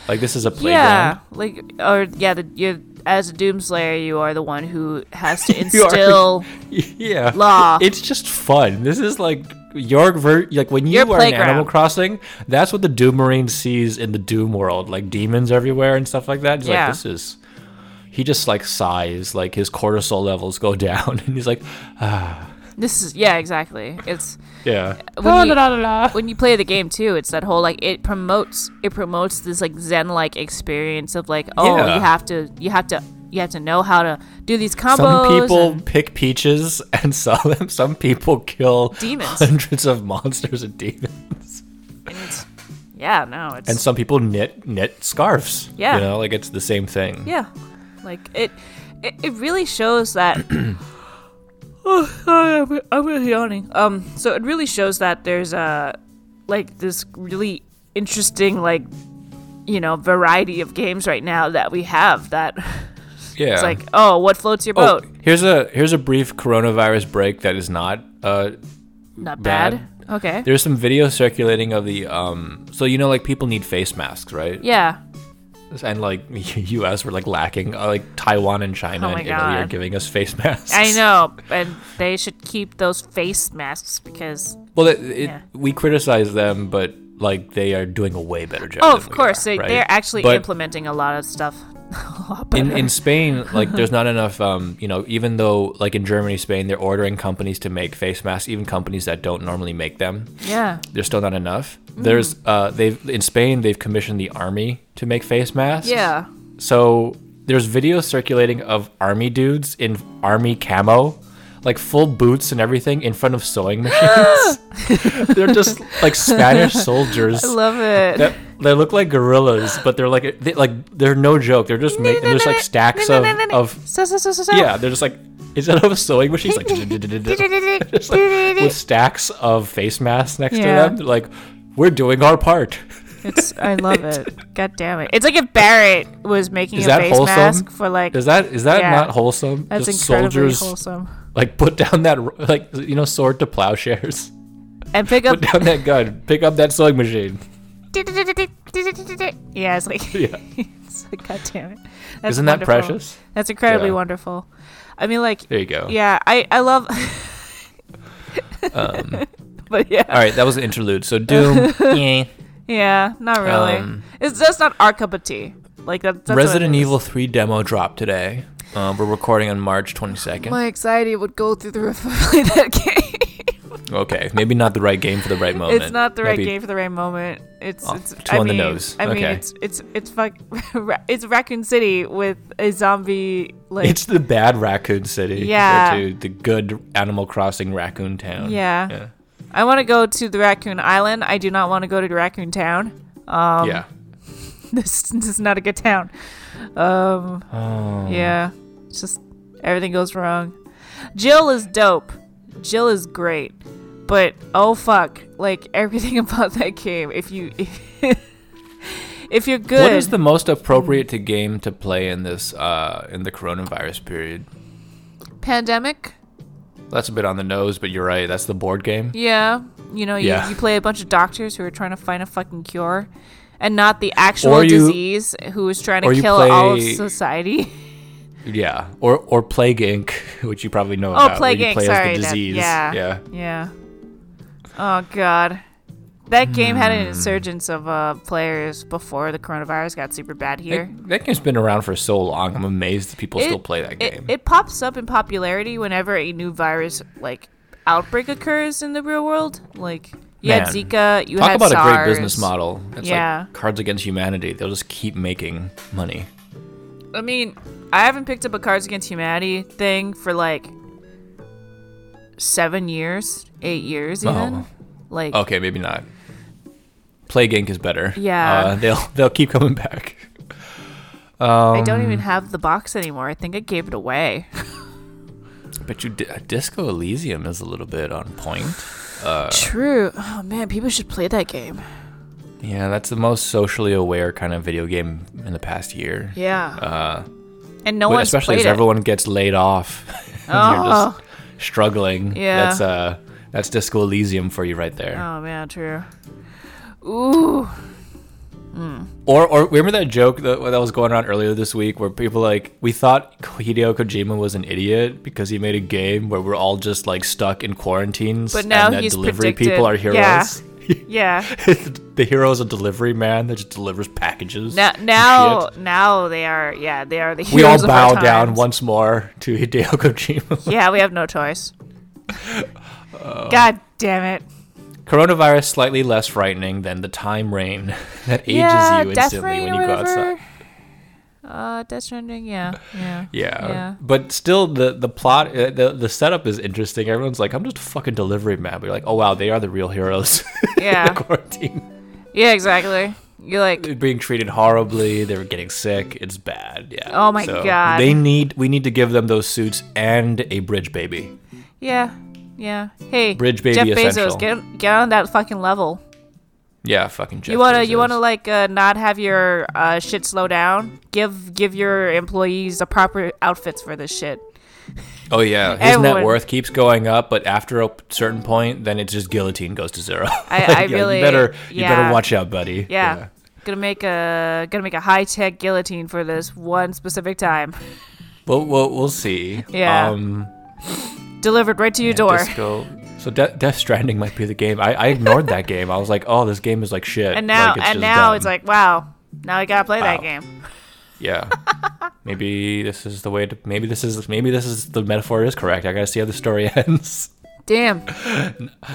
Speaker 1: Like this is a
Speaker 2: Yeah,
Speaker 1: playground.
Speaker 2: like or yeah, the, you're as a doomslayer, you are the one who has to
Speaker 1: You are-
Speaker 2: instill
Speaker 1: Yeah.
Speaker 2: Law.
Speaker 1: It's just fun. This is like your ver- like when you
Speaker 2: Your
Speaker 1: are in Animal
Speaker 2: playground.
Speaker 1: Crossing. That's what the Doom Marine sees in the Doom world, like demons everywhere and stuff like that. He's
Speaker 2: Yeah.
Speaker 1: like, this is. He just like sighs, like his cortisol levels go down, and he's like,
Speaker 2: this is yeah, exactly. It's
Speaker 1: yeah. Ah,
Speaker 2: when you, when you play the game too, it's that whole like it promotes it promotes this like zen like experience of like oh
Speaker 1: Yeah.
Speaker 2: you have to you have to you have to know how to do these combos.
Speaker 1: Some people
Speaker 2: and-
Speaker 1: pick peaches and sell them. Some people kill
Speaker 2: Demons.
Speaker 1: hundreds of monsters and demons.
Speaker 2: yeah, no, it's
Speaker 1: And some people knit knit scarves.
Speaker 2: Yeah.
Speaker 1: you know, like it's the same thing.
Speaker 2: Yeah, like it, it, it really shows that. oh, sorry, I'm, I'm really yawning. Um, so it really shows that there's a, like this really interesting like, you know, variety of games right now that we have. That
Speaker 1: yeah.
Speaker 2: it's like, oh, what floats your
Speaker 1: oh,
Speaker 2: boat?
Speaker 1: here's a here's a brief coronavirus break that is not. Uh,
Speaker 2: Not bad.
Speaker 1: bad.
Speaker 2: Okay.
Speaker 1: there's some video circulating of the um. So you know, like people need face masks, right?
Speaker 2: yeah.
Speaker 1: And like U.S. were like lacking, uh, like Taiwan and China
Speaker 2: Oh
Speaker 1: and
Speaker 2: my
Speaker 1: Italy are
Speaker 2: God.
Speaker 1: giving us face masks.
Speaker 2: I know, and they should keep those face masks because
Speaker 1: Well, it, it,
Speaker 2: Yeah.
Speaker 1: we criticize them, but like they are doing a way better job.
Speaker 2: oh,
Speaker 1: than
Speaker 2: of
Speaker 1: we
Speaker 2: course
Speaker 1: are,
Speaker 2: they,
Speaker 1: right?
Speaker 2: they're actually
Speaker 1: But
Speaker 2: implementing a lot of stuff
Speaker 1: in in Spain, like there's not enough. Um, you know, even though like in Germany, Spain, they're ordering companies to make face masks, even companies that don't normally make them.
Speaker 2: Yeah.
Speaker 1: There's still not enough.
Speaker 2: Mm.
Speaker 1: There's uh, they've in Spain they've commissioned the army to make face masks.
Speaker 2: Yeah.
Speaker 1: So there's videos circulating of army dudes in army camo, like full boots and everything, in front of sewing machines. they're just like Spanish soldiers.
Speaker 2: I love it.
Speaker 1: that, they look like gorillas, but they're like they, like they're no joke. They're just making there's like stacks of of
Speaker 2: So, so, so, so, so.
Speaker 1: yeah. They're just like instead of a sewing machine, it's like just like with stacks of face masks next to
Speaker 2: Yeah.
Speaker 1: them. They're like we're doing our part.
Speaker 2: It's I love it. God damn it. It's like if Barrett was making
Speaker 1: Is
Speaker 2: a
Speaker 1: that
Speaker 2: face
Speaker 1: wholesome?
Speaker 2: mask for like
Speaker 1: Is that is that
Speaker 2: Yeah.
Speaker 1: not wholesome?
Speaker 2: that's
Speaker 1: just
Speaker 2: incredibly
Speaker 1: soldiers
Speaker 2: wholesome.
Speaker 1: like put down that r- like you know sword to plowshares.
Speaker 2: And pick up
Speaker 1: Put down that gun. Pick up that sewing machine.
Speaker 2: Yeah, it's like
Speaker 1: Yeah,
Speaker 2: it's like god damn it. That's
Speaker 1: isn't that
Speaker 2: wonderful.
Speaker 1: precious?
Speaker 2: That's incredibly
Speaker 1: Yeah. Oh.
Speaker 2: wonderful. I mean like
Speaker 1: There you go.
Speaker 2: yeah, I I love But yeah.
Speaker 1: Um, All right, that was an interlude. So Doom. yeah.
Speaker 2: Yeah, not really.
Speaker 1: Um,
Speaker 2: it's that's not our cup of tea. Like that, that's what it
Speaker 1: Resident
Speaker 2: is.
Speaker 1: Evil 3 demo dropped today. Um, we're recording on March 22nd.
Speaker 2: My anxiety would go through the roof if I played that game.
Speaker 1: okay, maybe not the right game for the right moment.
Speaker 2: It's not the right
Speaker 1: Maybe-
Speaker 2: game for the right moment. It's
Speaker 1: Oh,
Speaker 2: it's
Speaker 1: two
Speaker 2: I
Speaker 1: on the
Speaker 2: mean,
Speaker 1: nose.
Speaker 2: I mean,
Speaker 1: Okay.
Speaker 2: it's it's it's fuck, it's Raccoon City with a zombie like
Speaker 1: It's the bad Raccoon City compared
Speaker 2: Yeah.
Speaker 1: to the good Animal Crossing Raccoon Town.
Speaker 2: Yeah.
Speaker 1: Yeah.
Speaker 2: I want to go to the Raccoon Island. I do not want to go to Raccoon Town. Um,
Speaker 1: yeah.
Speaker 2: this, this is not a good town. Um,
Speaker 1: Oh.
Speaker 2: yeah, it's just everything goes wrong. Jill is dope. Jill is great, but oh fuck, like everything about that game. If you if you're good,
Speaker 1: What is the most appropriate to game to play in this uh, in the coronavirus period?
Speaker 2: pandemic.
Speaker 1: That's a bit on the nose, but you're right. That's the board game.
Speaker 2: Yeah, you know, you,
Speaker 1: Yeah.
Speaker 2: you play a bunch of doctors who are trying to find a fucking cure, and not the actual
Speaker 1: Or you-
Speaker 2: disease who is trying
Speaker 1: or
Speaker 2: to
Speaker 1: you
Speaker 2: kill all of
Speaker 1: play-
Speaker 2: society.
Speaker 1: Yeah. Or or Plague Inc, which you probably know
Speaker 2: oh,
Speaker 1: about. where
Speaker 2: plague
Speaker 1: you
Speaker 2: Inc.
Speaker 1: play
Speaker 2: Sorry,
Speaker 1: as the
Speaker 2: that-
Speaker 1: disease.
Speaker 2: yeah,
Speaker 1: yeah.
Speaker 2: yeah. Oh god, that game had
Speaker 1: Hmm.
Speaker 2: an insurgence of uh, players before the coronavirus got super bad here.
Speaker 1: That, that game's been around for so long. I'm amazed that people still play that
Speaker 2: it-
Speaker 1: game.
Speaker 2: It, pops up in popularity whenever a new virus like outbreak occurs in the real world. Like you had
Speaker 1: Man.
Speaker 2: Zika, you
Speaker 1: Talk
Speaker 2: had
Speaker 1: about a great
Speaker 2: SARS.
Speaker 1: business model. It's
Speaker 2: Yeah.
Speaker 1: like Cards Against Humanity. They'll just keep making money.
Speaker 2: I mean, I haven't picked up a Cards Against Humanity thing for like seven years, eight years
Speaker 1: Oh.
Speaker 2: even. Like,
Speaker 1: Okay, maybe not. Plague Inc is better.
Speaker 2: Yeah.
Speaker 1: Uh, they'll they'll keep coming back.
Speaker 2: I don't even have the box anymore. I think I gave it away.
Speaker 1: But you di- Disco Elysium is a little bit on point. Uh.
Speaker 2: True. Oh man, people should play that game.
Speaker 1: Yeah, that's the most socially aware kind of video game in the past year.
Speaker 2: Yeah.
Speaker 1: Uh,
Speaker 2: and no
Speaker 1: but
Speaker 2: one's
Speaker 1: especially
Speaker 2: played
Speaker 1: as
Speaker 2: it.
Speaker 1: everyone gets laid off. and You're
Speaker 2: oh.
Speaker 1: just struggling.
Speaker 2: Yeah.
Speaker 1: That's uh that's Disco Elysium for you right there.
Speaker 2: oh man, true. Ooh.
Speaker 1: Or, or remember that joke that, that was going around earlier this week where people like we thought Hideo Kojima was an idiot because he made a game where we're all just like stuck in quarantines,
Speaker 2: But now
Speaker 1: and that
Speaker 2: he's
Speaker 1: delivery
Speaker 2: predicted-
Speaker 1: people are
Speaker 2: yeah.
Speaker 1: heroes.
Speaker 2: Yeah.
Speaker 1: the hero is a delivery man that just delivers packages.
Speaker 2: Now,
Speaker 1: and
Speaker 2: now,
Speaker 1: shit.
Speaker 2: now they are. Yeah, they are the heroes
Speaker 1: we all
Speaker 2: of our
Speaker 1: bow down
Speaker 2: times.
Speaker 1: once more to Hideo Kojima.
Speaker 2: Yeah, we have no choice.
Speaker 1: Uh.
Speaker 2: God damn it.
Speaker 1: Coronavirus slightly less frightening than the time rain that ages you instantly when you go outside.
Speaker 2: Uh, Death Stranding, yeah, yeah,
Speaker 1: Yeah.
Speaker 2: yeah.
Speaker 1: But still, the the plot, uh, the the setup is interesting. Everyone's like, "I'm just a fucking delivery man." But you're like, "Oh wow, they are the real heroes."
Speaker 2: Yeah.
Speaker 1: in the quarantine.
Speaker 2: Yeah, exactly. You're like,
Speaker 1: They're being treated horribly. They're getting sick. It's bad. Yeah.
Speaker 2: Oh my God.
Speaker 1: They need. We need to give them those suits and a bridge baby.
Speaker 2: yeah, yeah. Hey,
Speaker 1: Bridge baby
Speaker 2: Jeff
Speaker 1: essential.
Speaker 2: Bezos, get get on that fucking level.
Speaker 1: Yeah, fucking. Jeff
Speaker 2: you wanna you
Speaker 1: Bezos.
Speaker 2: wanna like uh, not have your uh, shit slow down. Give give your employees the proper outfits for this shit.
Speaker 1: Oh yeah, his
Speaker 2: Everyone.
Speaker 1: net worth keeps going up, but after a certain point, then it's just guillotine goes to zero.
Speaker 2: I-
Speaker 1: Like,
Speaker 2: I
Speaker 1: yeah,
Speaker 2: really-
Speaker 1: You better. You
Speaker 2: yeah.
Speaker 1: better watch out, buddy.
Speaker 2: Yeah. Gonna make a gonna make a high tech guillotine for this one specific time.
Speaker 1: Well, we'll, we'll see.
Speaker 2: Yeah.
Speaker 1: Um,
Speaker 2: Delivered right to your
Speaker 1: Yeah,
Speaker 2: door.
Speaker 1: Disco. So De- Death Stranding might be the game. I, I ignored that game. I was like, oh, this game is like shit.
Speaker 2: And now
Speaker 1: Like, it's
Speaker 2: and
Speaker 1: just
Speaker 2: now
Speaker 1: dumb.
Speaker 2: it's like, wow, now I gotta play that
Speaker 1: Wow.
Speaker 2: game.
Speaker 1: Yeah. maybe this is the way to. Maybe this is. Maybe this is the metaphor is correct. I gotta see how the story ends.
Speaker 2: Damn,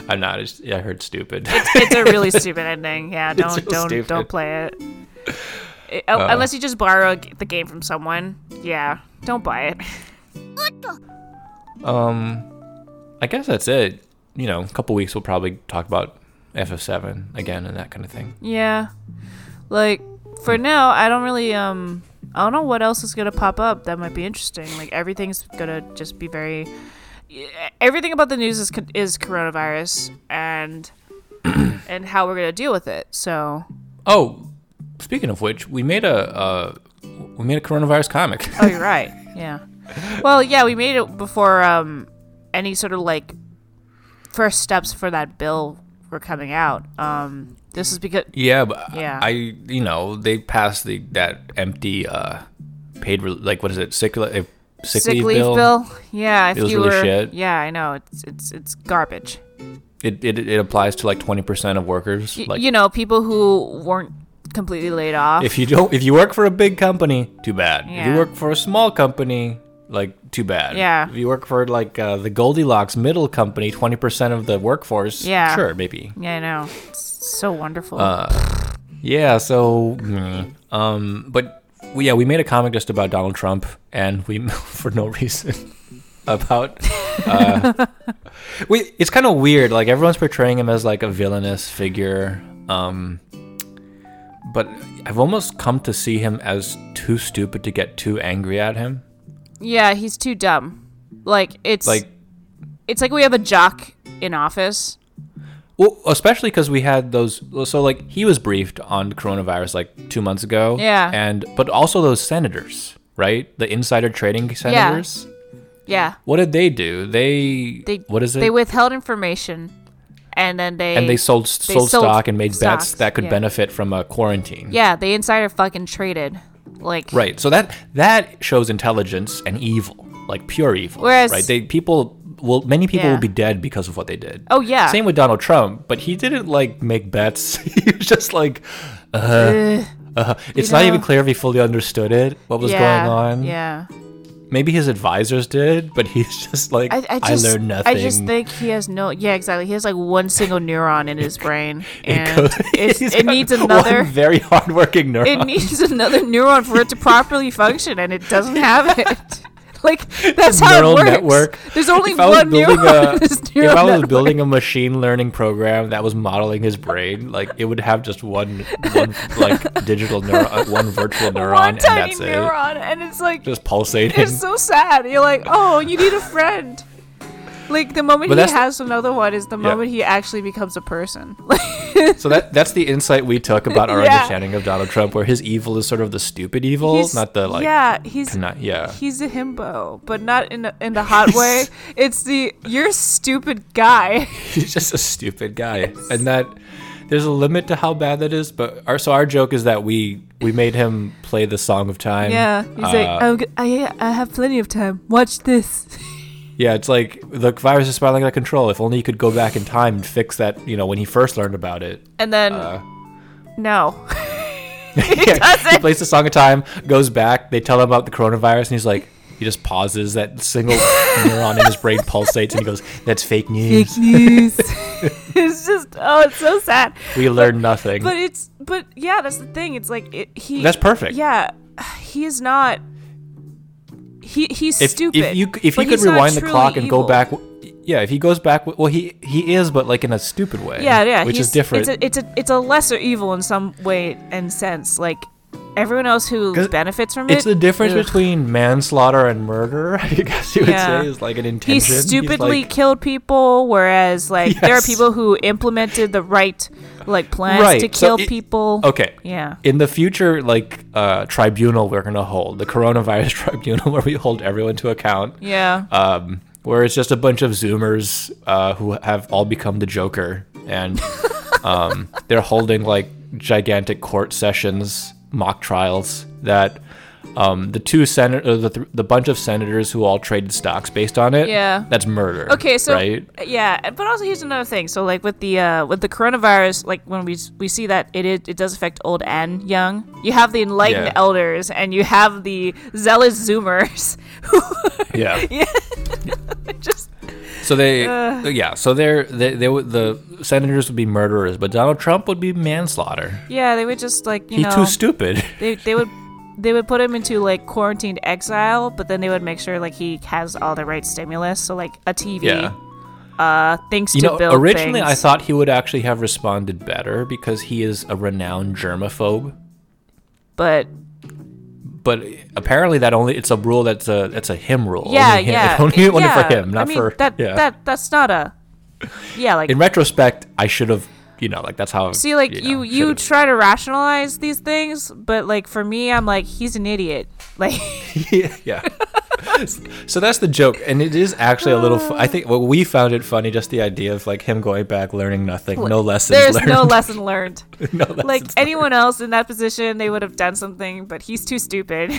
Speaker 1: I'm not. It's, yeah, I heard stupid.
Speaker 2: it's a really stupid ending. Yeah, don't
Speaker 1: real
Speaker 2: don't
Speaker 1: stupid.
Speaker 2: don't play it. It- oh, unless you just borrow g- the game from someone. Yeah, don't buy it.
Speaker 1: um, I guess that's it. You know, a couple weeks we'll probably talk about FF7 again and that kind of thing.
Speaker 2: Yeah, like for now, I don't really um. I don't know what else is gonna pop up that might be interesting. Like everything's gonna just be very. e, Everything about the news is co- is coronavirus and and how we're gonna deal with it. So
Speaker 1: Oh, speaking of which, we made a uh, we made a coronavirus comic.
Speaker 2: Oh, you're right. Yeah. Well, yeah, we made it before um, any sort of like first steps for that bill were coming out. Um, this is because
Speaker 1: Yeah, but
Speaker 2: Yeah.
Speaker 1: I, you know, they passed the that empty uh paid re- like what is it sick li- eh, sick,
Speaker 2: sick
Speaker 1: leave,
Speaker 2: leave
Speaker 1: bill.
Speaker 2: bill. Yeah, if
Speaker 1: It was
Speaker 2: you
Speaker 1: really
Speaker 2: were.
Speaker 1: shit.
Speaker 2: Yeah, I know. It's it's it's garbage.
Speaker 1: It, it it applies to like twenty percent of workers.
Speaker 2: Y-
Speaker 1: Like
Speaker 2: you know, people who weren't completely laid off.
Speaker 1: if you don't if you work for a big company, too bad. If you
Speaker 2: Yeah.
Speaker 1: work for a small company, like too bad.
Speaker 2: Yeah.
Speaker 1: If you work for like uh, the Goldilocks middle company, twenty percent of the workforce.
Speaker 2: Yeah.
Speaker 1: Sure, maybe.
Speaker 2: yeah, I know. It's so wonderful.
Speaker 1: Uh, Yeah. So, mm, um, but we, yeah, we made a comic just about Donald Trump, and we for no reason about. Uh, we it's kind of weird. Like everyone's portraying him as like a villainous figure. Um, but I've almost come to see him as too stupid to get too angry at him.
Speaker 2: yeah, he's too dumb. Like it's
Speaker 1: Like
Speaker 2: like it's like we have a jock in office.
Speaker 1: Well, especially because we had those. So, like, he was briefed on coronavirus like two months ago.
Speaker 2: Yeah.
Speaker 1: And but also those senators, right? The insider trading senators.
Speaker 2: Yeah.
Speaker 1: What did they do? They,
Speaker 2: They
Speaker 1: what is it?
Speaker 2: They withheld information, and then they
Speaker 1: and they sold sold,
Speaker 2: sold
Speaker 1: stock and made
Speaker 2: stocks,
Speaker 1: bets that could
Speaker 2: yeah.
Speaker 1: benefit from a quarantine.
Speaker 2: Yeah, they insider fucking traded. Like
Speaker 1: Right. So that that shows intelligence and evil, like pure evil.
Speaker 2: Whereas-
Speaker 1: right? They people will many people
Speaker 2: Yeah.
Speaker 1: will be dead because of what they did.
Speaker 2: Oh, yeah.
Speaker 1: Same with Donald Trump, but he didn't like make bets. he was just like, uh, uh it's not even
Speaker 2: know-
Speaker 1: clear if he fully understood it, what was
Speaker 2: yeah,
Speaker 1: going on.
Speaker 2: Yeah.
Speaker 1: Maybe his advisors did, but he's just like,
Speaker 2: I, I just
Speaker 1: learned nothing.
Speaker 2: I just think he has no yeah, exactly. He has like one single neuron in his brain. And
Speaker 1: goes-
Speaker 2: it's,
Speaker 1: he's
Speaker 2: it
Speaker 1: got
Speaker 2: needs
Speaker 1: one
Speaker 2: another
Speaker 1: very hardworking neuron.
Speaker 2: it needs another neuron for it to properly function and it doesn't have it. Like that's how
Speaker 1: neural
Speaker 2: it works.
Speaker 1: network.
Speaker 2: There's only
Speaker 1: If I was
Speaker 2: one
Speaker 1: building
Speaker 2: neuron
Speaker 1: a-
Speaker 2: in this
Speaker 1: if
Speaker 2: neural
Speaker 1: I was
Speaker 2: network.
Speaker 1: building a machine learning program that was modeling his brain, like it would have just one, one like digital neuron, one virtual neuron,
Speaker 2: one
Speaker 1: and
Speaker 2: tiny
Speaker 1: that's it,
Speaker 2: neuron and it's like
Speaker 1: just pulsating.
Speaker 2: It's so sad. You're like, oh, you need a friend. Like the moment
Speaker 1: But
Speaker 2: he
Speaker 1: that's-
Speaker 2: has another one is the moment he actually becomes a person.
Speaker 1: so that that's the insight we took about our
Speaker 2: Yeah.
Speaker 1: understanding of Donald Trump, where his evil is sort of the stupid evil,
Speaker 2: He's-
Speaker 1: not the like.
Speaker 2: yeah, he's
Speaker 1: conniving- yeah.
Speaker 2: he's a himbo, but not in a, in the hot way. It's the you're a stupid guy.
Speaker 1: He's just a stupid guy, and that there's a limit to how bad that is. But our so our joke is that we we made him play the song of time.
Speaker 2: yeah, he's like,
Speaker 1: uh,
Speaker 2: I'm g- I I have plenty of time. Watch this.
Speaker 1: Yeah, it's like the virus is spiraling out of control. If only you could go back in time and fix that, you know, when he first learned about it.
Speaker 2: And then
Speaker 1: Uh.
Speaker 2: no,
Speaker 1: he plays the song of time, goes back, they tell him about the coronavirus, and he's like, he just pauses, that single neuron in his brain pulsates, and he goes, That's fake news.
Speaker 2: fake news. it's just oh, it's so sad.
Speaker 1: We learned nothing.
Speaker 2: But it's but yeah, that's the thing. It's like it, he.
Speaker 1: That's perfect.
Speaker 2: Yeah, he is not. He he's
Speaker 1: if,
Speaker 2: stupid.
Speaker 1: If you, if
Speaker 2: but
Speaker 1: you could
Speaker 2: he's not
Speaker 1: rewind the
Speaker 2: truly
Speaker 1: clock and
Speaker 2: evil.
Speaker 1: go back, yeah, if he goes back, well, he, he is, but like in a stupid way.
Speaker 2: Yeah, yeah,
Speaker 1: Which
Speaker 2: he's-
Speaker 1: is different.
Speaker 2: It's a, it's a it's a lesser evil in some way and sense. Like everyone else who
Speaker 1: 'Cause
Speaker 2: benefits from
Speaker 1: it's
Speaker 2: it.
Speaker 1: the difference
Speaker 2: ugh.
Speaker 1: between manslaughter and murder, I guess you would
Speaker 2: Yeah.
Speaker 1: say, is like an
Speaker 2: He
Speaker 1: intention. He's
Speaker 2: stupidly
Speaker 1: like-
Speaker 2: killed people, whereas like there are
Speaker 1: Yes.
Speaker 2: people who implemented the right like plans
Speaker 1: Right,
Speaker 2: to
Speaker 1: so
Speaker 2: kill
Speaker 1: it-
Speaker 2: people.
Speaker 1: Okay.
Speaker 2: Yeah.
Speaker 1: In the future, like uh, tribunal, we're gonna hold the coronavirus tribunal where we hold everyone to account.
Speaker 2: Yeah.
Speaker 1: Um, where it's just a bunch of Zoomers uh, who have all become the Joker, and um, they're holding like gigantic court sessions, mock trials that um, the two senator, uh, the, th- the bunch of senators who all traded stocks based on it.
Speaker 2: Yeah.
Speaker 1: that's murder.
Speaker 2: Okay, so
Speaker 1: right,
Speaker 2: yeah, but also here's another thing. So like with the uh, with the coronavirus, like when we we see that it is, it does affect old and young. You have the enlightened
Speaker 1: Yeah.
Speaker 2: elders, and you have the zealous Zoomers.
Speaker 3: Yeah.
Speaker 2: Just
Speaker 1: so they, yeah, so they're they, they would the senators would be murderers, but Donald Trump would be manslaughter.
Speaker 2: yeah, they would just like you
Speaker 1: He
Speaker 2: know
Speaker 1: too stupid.
Speaker 2: they they would they would put him into like quarantined exile, but then they would make sure like he has all the right stimulus. So like a TV,
Speaker 1: Yeah.
Speaker 2: uh, things
Speaker 1: You
Speaker 2: to
Speaker 1: know,
Speaker 2: build.
Speaker 1: originally I
Speaker 2: things.
Speaker 1: thought he would actually have responded better because he is a renowned germaphobe.
Speaker 2: but
Speaker 1: But apparently, that only—it's a rule that's a—that's a him rule.
Speaker 2: yeah,
Speaker 1: only him,
Speaker 2: yeah,
Speaker 1: Only, only
Speaker 2: yeah.
Speaker 1: for him, not
Speaker 2: I mean,
Speaker 1: for
Speaker 2: that.
Speaker 1: yeah.
Speaker 2: That that's not a yeah like
Speaker 1: in retrospect, I should have, you know, like that's how.
Speaker 2: See, like you,
Speaker 1: know,
Speaker 2: you,
Speaker 1: should've-
Speaker 2: try to rationalize these things, but like for me, I'm like he's an idiot. Like,
Speaker 1: yeah. so that's the joke, and it is actually a little. Fu- I think what we found it funny, just the idea of like him going back, learning nothing, no lessons
Speaker 2: there's
Speaker 1: learned.
Speaker 2: no lesson learned.
Speaker 1: no lessons
Speaker 2: like
Speaker 1: learned.
Speaker 2: anyone else in that position, they would have done something, but he's too stupid.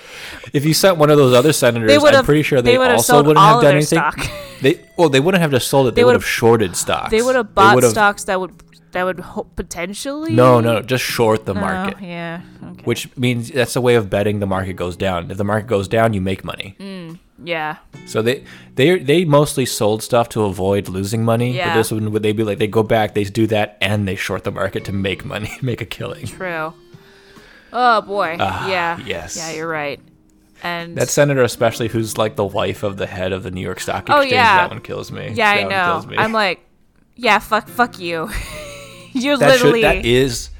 Speaker 1: if you sent one of those other senators,
Speaker 2: They would
Speaker 1: I'm
Speaker 2: have-
Speaker 1: pretty sure
Speaker 2: they
Speaker 1: they,
Speaker 2: would have
Speaker 1: also
Speaker 2: sold
Speaker 1: wouldn't
Speaker 2: all
Speaker 1: have
Speaker 2: of
Speaker 1: done
Speaker 2: their
Speaker 1: anything.
Speaker 2: stock.
Speaker 1: They well, they wouldn't have just sold it. They,
Speaker 2: They
Speaker 1: would
Speaker 2: would've-
Speaker 1: have shorted stocks.
Speaker 2: they would have bought
Speaker 1: would've-
Speaker 2: stocks that would that would ho- potentially.
Speaker 1: No, no, just short the
Speaker 2: Oh,
Speaker 1: market,
Speaker 2: yeah. Okay.
Speaker 1: which means that's a way of betting the market goes down. If the market goes down, you make money.
Speaker 2: yeah.
Speaker 1: So they they they mostly sold stuff to avoid losing money.
Speaker 2: Yeah.
Speaker 1: But this one would they be like they go back, they do that, and they short the market to make money, make a killing.
Speaker 2: True. Oh boy. yeah.
Speaker 1: Ah, yes.
Speaker 2: Yeah, you're right. And
Speaker 1: That senator, especially who's like the wife of the head of the New York Stock
Speaker 2: Oh,
Speaker 1: Exchange,
Speaker 2: yeah.
Speaker 1: that one kills me.
Speaker 2: yeah, I
Speaker 1: That one kills
Speaker 2: know.
Speaker 1: me.
Speaker 2: I'm like, yeah, fuck, fuck you. you're
Speaker 1: that
Speaker 2: literally.
Speaker 1: should that is.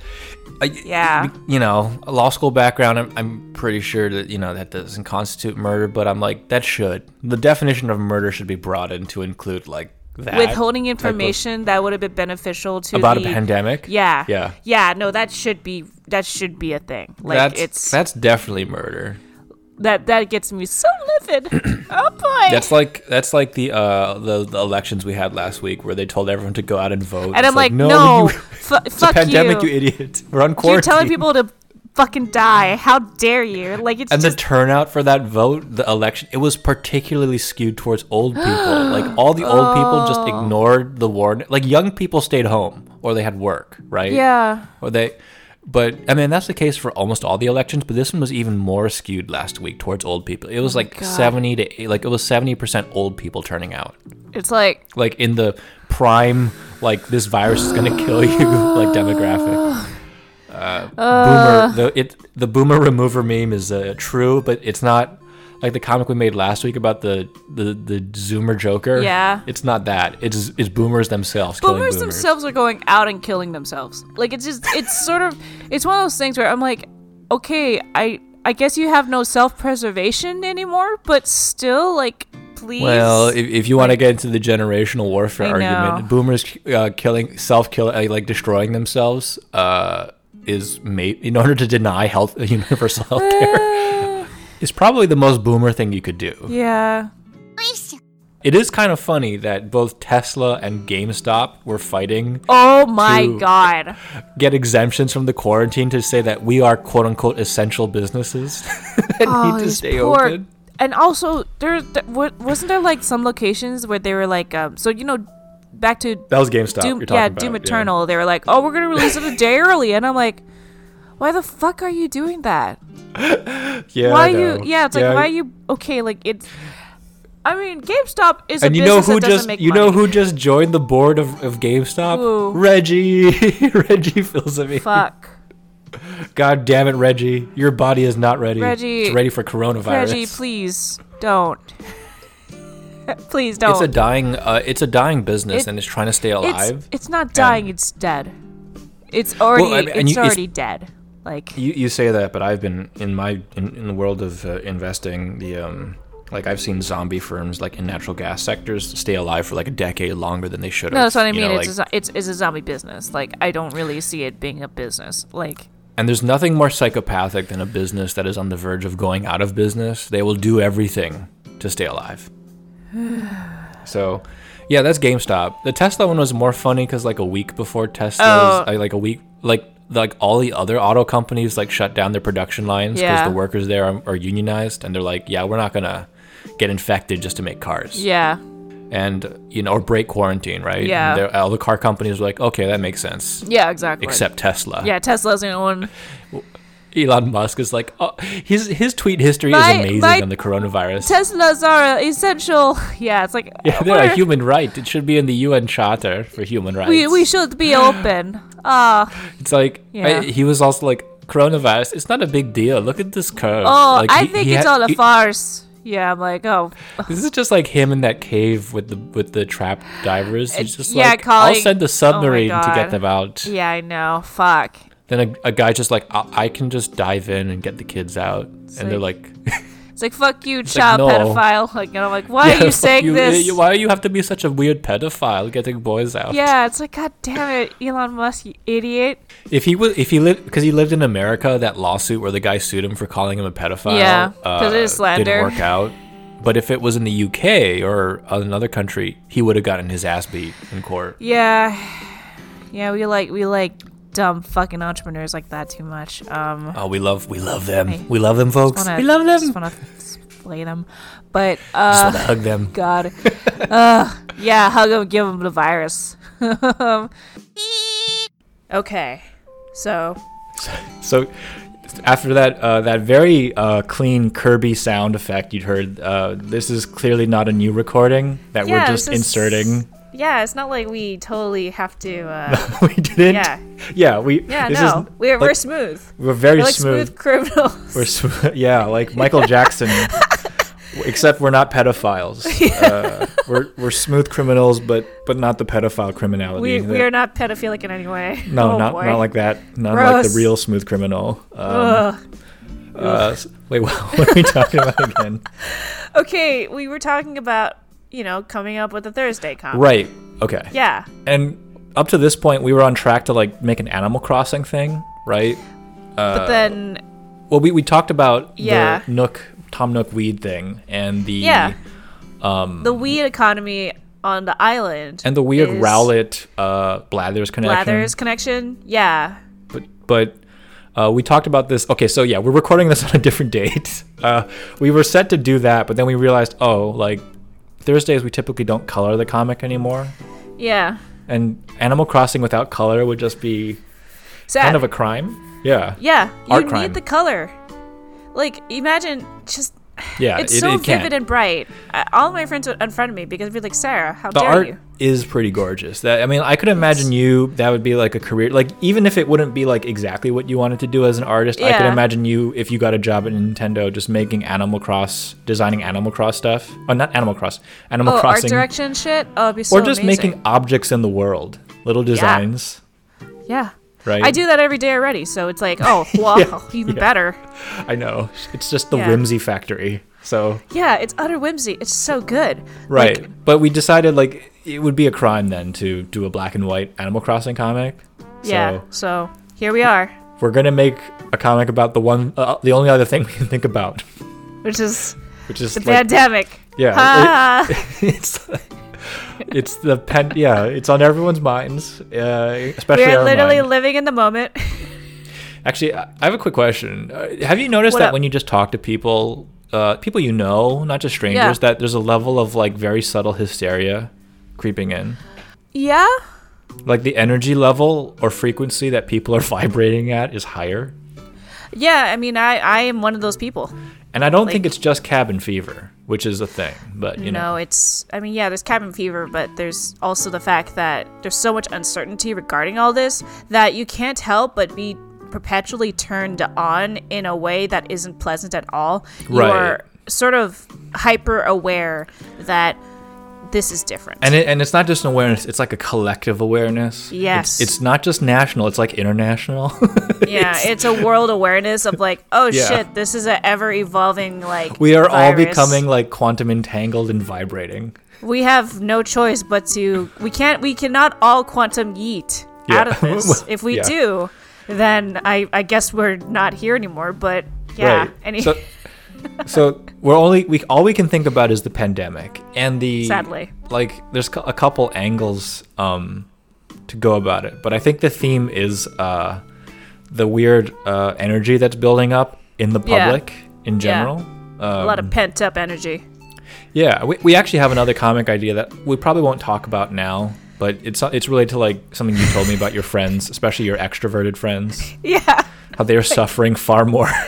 Speaker 1: I-
Speaker 2: Yeah.
Speaker 1: you know, a law school background. I'm, I'm pretty sure that you know that doesn't constitute murder, but I'm like that should. The definition of murder should be broadened to include like that
Speaker 2: withholding
Speaker 1: type of-
Speaker 2: information that would have been beneficial to
Speaker 1: about
Speaker 2: the,
Speaker 1: a pandemic.
Speaker 2: Yeah,
Speaker 1: yeah.
Speaker 2: yeah. No, that should be that should be a thing. Like
Speaker 1: that's
Speaker 2: it's
Speaker 1: that's definitely murder.
Speaker 2: that that gets me so livid. oh boy.
Speaker 1: That's like that's like the uh the, the elections we had last week where they told everyone to go out and vote.
Speaker 2: and
Speaker 1: It's
Speaker 2: I'm like, no,
Speaker 1: you-
Speaker 2: fu-
Speaker 1: it's
Speaker 2: fuck
Speaker 1: a pandemic, you.
Speaker 2: you.
Speaker 1: idiot. We're on quarantine.
Speaker 2: You're telling people to fucking die. How dare you? Like it's
Speaker 1: and
Speaker 2: just
Speaker 1: the turnout for that vote, the election, it was particularly skewed towards old people. like all the old people
Speaker 2: Oh.
Speaker 1: just ignored the warning. Like young people stayed home or they had work, right?
Speaker 2: yeah.
Speaker 1: Or they, but I mean that's the case for almost all the elections. But this one was even more skewed last week towards old people. It was like
Speaker 2: Oh God.
Speaker 1: seventy to like it was seventy percent old people turning out.
Speaker 2: It's like
Speaker 1: like in the prime like this virus is gonna kill you like
Speaker 2: Oh.
Speaker 1: demographic uh, boomer the it the boomer remover meme is uh, true but it's not like the comic we made last week about the the, the zoomer joker
Speaker 2: Yeah.
Speaker 1: it's not that it's it's boomers themselves killing
Speaker 2: boomers
Speaker 1: boomers
Speaker 2: themselves are going out and killing themselves. Like it's just it's sort of it's one of those things where I'm like, okay, I I guess you have no self preservation anymore, but still like please
Speaker 1: well, if, if you want to get into the generational warfare
Speaker 2: I know.
Speaker 1: argument, boomers uh, killing, self killing, uh, like destroying themselves, uh, is made in order to deny health, universal health care,
Speaker 2: Ah.
Speaker 1: is probably the most boomer thing you could do.
Speaker 2: Yeah.
Speaker 1: It is kind of funny that both Tesla and GameStop were fighting
Speaker 2: Oh my
Speaker 1: to-
Speaker 2: god.
Speaker 1: get exemptions from the quarantine to say that we are quote unquote essential businesses and
Speaker 2: Oh,
Speaker 1: need to
Speaker 2: these
Speaker 1: stay
Speaker 2: poor-
Speaker 1: open.
Speaker 2: And also, there th- wa- wasn't there like some locations where they were like, um, so you know, back to
Speaker 1: That was GameStop.
Speaker 2: Doom,
Speaker 1: you're talking
Speaker 2: yeah,
Speaker 1: about,
Speaker 2: Doom Eternal. They were like, oh, we're gonna release it a day early, and I'm like, why the fuck are you doing that?
Speaker 1: Yeah,
Speaker 2: why
Speaker 1: I
Speaker 2: you?
Speaker 1: know.
Speaker 2: Yeah, it's like why you? Okay, like it's. I mean, GameStop is a
Speaker 1: and you know
Speaker 2: business
Speaker 1: who
Speaker 2: that doesn't
Speaker 1: just
Speaker 2: make
Speaker 1: you
Speaker 2: money.
Speaker 1: know who just joined the board of, of GameStop?
Speaker 2: Who?
Speaker 1: Reggie. Reggie Fils-Aimé.
Speaker 2: Fuck,
Speaker 1: God damn it, Reggie! Your body is not ready.
Speaker 2: Reggie-
Speaker 1: it's ready for coronavirus.
Speaker 2: Reggie, please don't. please don't.
Speaker 1: It's a dying. Uh, it's a dying business,
Speaker 2: It-
Speaker 1: and it's trying to stay
Speaker 2: it's,
Speaker 1: alive.
Speaker 2: it's not dying. It's dead. It's already.
Speaker 1: mean, and
Speaker 2: it's
Speaker 1: you- it's-
Speaker 2: already dead. Like.
Speaker 1: you, you say that, but I've been in my in, in the world of uh, investing. The um, like I've seen zombie firms like in natural gas sectors stay alive for like a decade longer than they should have.
Speaker 2: No, that's what I
Speaker 1: you
Speaker 2: mean.
Speaker 1: know,
Speaker 2: it's,
Speaker 1: like-
Speaker 2: a, zo- it's it's a zombie business. Like I don't really see it being a business. Like
Speaker 1: And there's nothing more psychopathic than a business that is on the verge of going out of business. They will do everything to stay alive. so, yeah, that's GameStop. The Tesla one was more funny because like a week before Tesla's,
Speaker 2: Oh.
Speaker 1: I, like a week, like
Speaker 4: like all the other auto companies like shut down their production lines because
Speaker 2: Yeah.
Speaker 4: the workers there are, are unionized and they're like, yeah, we're not gonna get infected just to make cars
Speaker 2: Yeah.
Speaker 4: and you know or break quarantine, right? And
Speaker 2: Yeah.
Speaker 4: they're- all the car companies were like, okay, that makes sense,
Speaker 2: Yeah, exactly.
Speaker 4: except Tesla.
Speaker 2: Yeah, Tesla's the only one.
Speaker 4: Elon Musk is like, oh, his his tweet history
Speaker 2: My-
Speaker 4: is amazing
Speaker 2: my-
Speaker 4: on the coronavirus.
Speaker 2: Teslas are essential. Yeah, it's like
Speaker 4: yeah, they're
Speaker 2: we're-
Speaker 4: a human right. It should be in the UN Charter for human rights.
Speaker 2: we, we should be open. Uh,
Speaker 4: It's like
Speaker 2: Yeah.
Speaker 4: I- he was also like coronavirus. It's not a big deal. Look at this curve.
Speaker 2: oh,
Speaker 4: Like,
Speaker 2: I
Speaker 4: he-
Speaker 2: think
Speaker 4: he
Speaker 2: it's
Speaker 4: had-
Speaker 2: all a
Speaker 4: he-
Speaker 2: farce. Yeah, I'm like, oh,
Speaker 4: This is just like him in that cave with the with the trapped divers. He's
Speaker 2: Uh,
Speaker 4: just
Speaker 2: yeah,
Speaker 4: like,
Speaker 2: calling-
Speaker 4: I'll send
Speaker 2: oh my
Speaker 4: a submarine to
Speaker 2: God.
Speaker 4: get them out.
Speaker 2: yeah, I know. Fuck.
Speaker 4: Then a, a guy just like I-, I can just dive in and get the kids out, and they're like,
Speaker 2: It's like fuck you,
Speaker 4: like,
Speaker 2: child
Speaker 4: no.
Speaker 2: pedophile. Like, and I'm like, why are you
Speaker 4: "Fuck
Speaker 2: saying this?
Speaker 4: you- Why do you have to be such a weird pedophile getting boys out?
Speaker 2: yeah, it's like, god damn it, Elon Musk, you idiot.
Speaker 4: If he was, if he lived, because he lived in America, that lawsuit where the guy sued him for calling him a pedophile, uh,
Speaker 2: Yeah, 'cause it is slander.
Speaker 4: didn't work out. But if it was in the UK or another country, he would have gotten his ass beat in court.
Speaker 2: Yeah, yeah, we like we like dumb fucking entrepreneurs like that too much. Um,
Speaker 4: Oh, we love, we love them,
Speaker 2: I
Speaker 4: we love them, folks.
Speaker 2: wanna-
Speaker 4: we love them.
Speaker 2: Just want to flay them, but
Speaker 4: Just
Speaker 2: uh,
Speaker 4: want to hug them.
Speaker 2: God, Ugh. yeah, hug them, give them the virus. okay, so
Speaker 1: So after that uh, that very uh, clean Kirby sound effect you'd heard, uh, this is clearly not a new recording that
Speaker 2: Yeah,
Speaker 1: we're just
Speaker 2: this is-
Speaker 1: inserting.
Speaker 2: yeah, it's not like we totally have to. Uh,
Speaker 1: we didn't.
Speaker 2: Yeah.
Speaker 1: Yeah, we.
Speaker 2: yeah,
Speaker 1: this
Speaker 2: no,
Speaker 1: Is,
Speaker 2: we're
Speaker 1: like,
Speaker 2: we're smooth.
Speaker 1: we're very
Speaker 2: We're like
Speaker 1: smooth.
Speaker 2: smooth, criminals.
Speaker 1: We're sm- yeah, like Michael Jackson. Except we're not pedophiles. Uh, we're we're smooth criminals, but but not the pedophile criminality.
Speaker 2: we,
Speaker 1: that-
Speaker 2: we are not pedophilic in any way.
Speaker 1: no,
Speaker 2: Oh,
Speaker 1: not
Speaker 2: boy.
Speaker 1: not like that. Not like
Speaker 2: Gross. Oh.
Speaker 1: the real smooth criminal. Um,
Speaker 2: Ugh.
Speaker 1: uh, s- wait, what, what are we talking about again?
Speaker 2: Okay, we were talking about you know coming up with a Thursday comp.
Speaker 1: Right. Okay.
Speaker 2: Yeah.
Speaker 1: And up to this point, we were on track to like make an Animal Crossing thing, right? Uh,
Speaker 2: but then
Speaker 1: Well, we, we talked about
Speaker 2: Yeah.
Speaker 1: the Nook Tom Nook weed thing and the
Speaker 2: yeah, the weed economy on the island
Speaker 1: um, and the weird
Speaker 2: is
Speaker 1: Rowlet uh, Blathers connection.
Speaker 2: Blathers connection. Yeah.
Speaker 1: but but uh, we talked about this. Okay, so yeah, we're recording this on a different date. Uh, we were set to do that, but then we realized, oh, like Thursdays we typically don't color the comic anymore,
Speaker 2: Yeah.
Speaker 1: and Animal Crossing without color would just be
Speaker 2: Sad.
Speaker 1: kind of a crime. Yeah,
Speaker 2: yeah. You
Speaker 1: art
Speaker 2: need
Speaker 1: crime.
Speaker 2: the color. Like imagine just
Speaker 1: yeah,
Speaker 2: it's
Speaker 1: it,
Speaker 2: so
Speaker 1: it can't.
Speaker 2: vivid and bright. I, all my friends would unfriend me because they'd be like, Sarah, how
Speaker 1: the
Speaker 2: dare
Speaker 1: art
Speaker 2: you?
Speaker 1: is pretty gorgeous. That I mean, I could imagine you. That would be like a career. Like even if it wouldn't be like exactly what you wanted to do as an artist, I could
Speaker 2: Yeah.
Speaker 1: imagine you if you got a job at Nintendo, just making Animal Cross, designing Animal Cross stuff. Oh, not Animal Cross, Animal
Speaker 2: Oh,
Speaker 1: Crossing,
Speaker 2: art direction shit. Oh, it'd be so
Speaker 1: or just
Speaker 2: amazing.
Speaker 1: making objects in the world, little designs.
Speaker 2: Yeah.
Speaker 1: Right.
Speaker 2: I do that every day already, so it's like, oh, wow, even
Speaker 1: yeah.
Speaker 2: better.
Speaker 1: I know. It's just the
Speaker 2: Yeah.
Speaker 1: whimsy factory. So
Speaker 2: Yeah, it's utter whimsy. It's so good.
Speaker 1: right,
Speaker 2: Like,
Speaker 1: but we decided like it would be a crime then to do a black and white Animal Crossing comic.
Speaker 2: yeah.
Speaker 1: So-
Speaker 2: So here we are,
Speaker 1: We're gonna make a comic about the one, uh, the only other thing we can think about,
Speaker 2: which is
Speaker 1: which is
Speaker 2: the
Speaker 1: like,
Speaker 2: pandemic.
Speaker 1: yeah,
Speaker 2: Ah.
Speaker 1: it's it's the pen, yeah, it's on everyone's minds, uh, especially
Speaker 2: We're
Speaker 1: our
Speaker 2: literally
Speaker 1: mind.
Speaker 2: living in the moment.
Speaker 1: Actually, I I have a quick question. Uh, have you noticed
Speaker 2: What
Speaker 1: that
Speaker 2: up?
Speaker 1: when you just talk to people, uh, people you know, not just strangers,
Speaker 2: Yeah.
Speaker 1: that there's a level of like very subtle hysteria creeping in,
Speaker 2: yeah.
Speaker 1: like the energy level or frequency that people are vibrating at is higher,
Speaker 2: Yeah, I mean, I, I am one of those people.
Speaker 1: and I don't
Speaker 2: Like-
Speaker 1: think it's just cabin fever, which is a thing, but you
Speaker 2: You
Speaker 1: know.
Speaker 2: know, it's, I mean, yeah, there's cabin fever, but there's also the fact that there's so much uncertainty regarding all this that you can't help but be perpetually turned on in a way that isn't pleasant at all.
Speaker 1: Right.
Speaker 2: You're sort of hyper aware that this is different.
Speaker 1: And it, and it's not just an awareness; it's like a collective awareness.
Speaker 2: Yes.
Speaker 1: it's, it's not just national; it's like international.
Speaker 2: yeah, it's, a world awareness of like, oh
Speaker 1: Yeah.
Speaker 2: shit, this is an ever evolving, like,
Speaker 1: we are all
Speaker 2: virus.
Speaker 1: becoming like quantum entangled and vibrating.
Speaker 2: We have no choice but to. We can't. We cannot all quantum yeet
Speaker 1: Yeah.
Speaker 2: out of this. If we
Speaker 1: Yeah.
Speaker 2: do, then I, I guess we're not here anymore. But yeah, any,
Speaker 1: So, so we're only we all we can think about is the pandemic and the
Speaker 2: Sadly.
Speaker 1: Like, there's cou- a couple angles um to go about it, but I think the theme is uh the weird uh, energy that's building up in the
Speaker 2: Yeah.
Speaker 1: public in general. Um,
Speaker 2: a lot of pent up energy.
Speaker 1: Yeah, we, we actually have another comic idea that we probably won't talk about now, but it's it's related to like something you told me about your friends, especially your extroverted friends,
Speaker 2: Yeah,
Speaker 1: how they are suffering far more.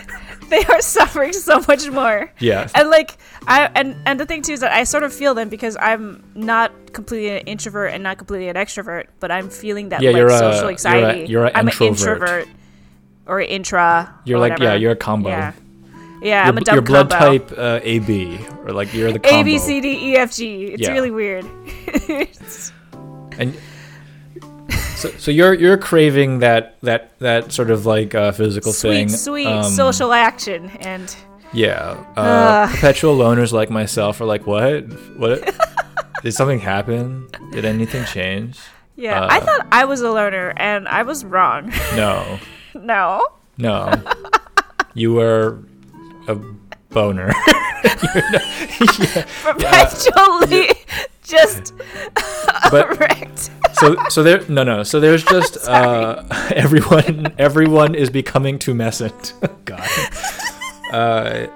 Speaker 2: they are suffering so much more.
Speaker 1: yeah,
Speaker 2: and like I and and the thing too is that I sort of feel them because I'm not completely an introvert and not completely an extrovert, but I'm feeling that
Speaker 1: Yeah,
Speaker 2: like
Speaker 1: you're a-
Speaker 2: social
Speaker 1: you're a-
Speaker 2: anxiety.
Speaker 1: you're a
Speaker 2: I'm
Speaker 1: introvert.
Speaker 2: an introvert or intra. or
Speaker 1: You're like- yeah,
Speaker 2: whatever.
Speaker 1: you're a combo.
Speaker 2: Yeah, Yeah,
Speaker 1: your,
Speaker 2: I'm a dumb
Speaker 1: your blood
Speaker 2: combo.
Speaker 1: type uh, AB, or like you're the combo.
Speaker 2: A B C D E F G. It's
Speaker 1: Yeah.
Speaker 2: really weird.
Speaker 1: And so, so you're you're craving that that that sort of like uh, physical
Speaker 2: sweet,
Speaker 1: thing.
Speaker 2: sweet
Speaker 1: um,
Speaker 2: social action and
Speaker 1: Yeah. Uh,
Speaker 2: Ugh.
Speaker 1: Perpetual loners like myself are like, what? What? Did something happen? Did anything change?
Speaker 2: yeah.
Speaker 1: Uh,
Speaker 2: I thought I was a loner and I was wrong.
Speaker 1: No.
Speaker 2: no.
Speaker 1: No. you were a boner.
Speaker 2: Perpetually just
Speaker 1: but
Speaker 2: wrecked.
Speaker 1: so so there no no. So there's just uh everyone everyone is becoming tumescent. God. Uh,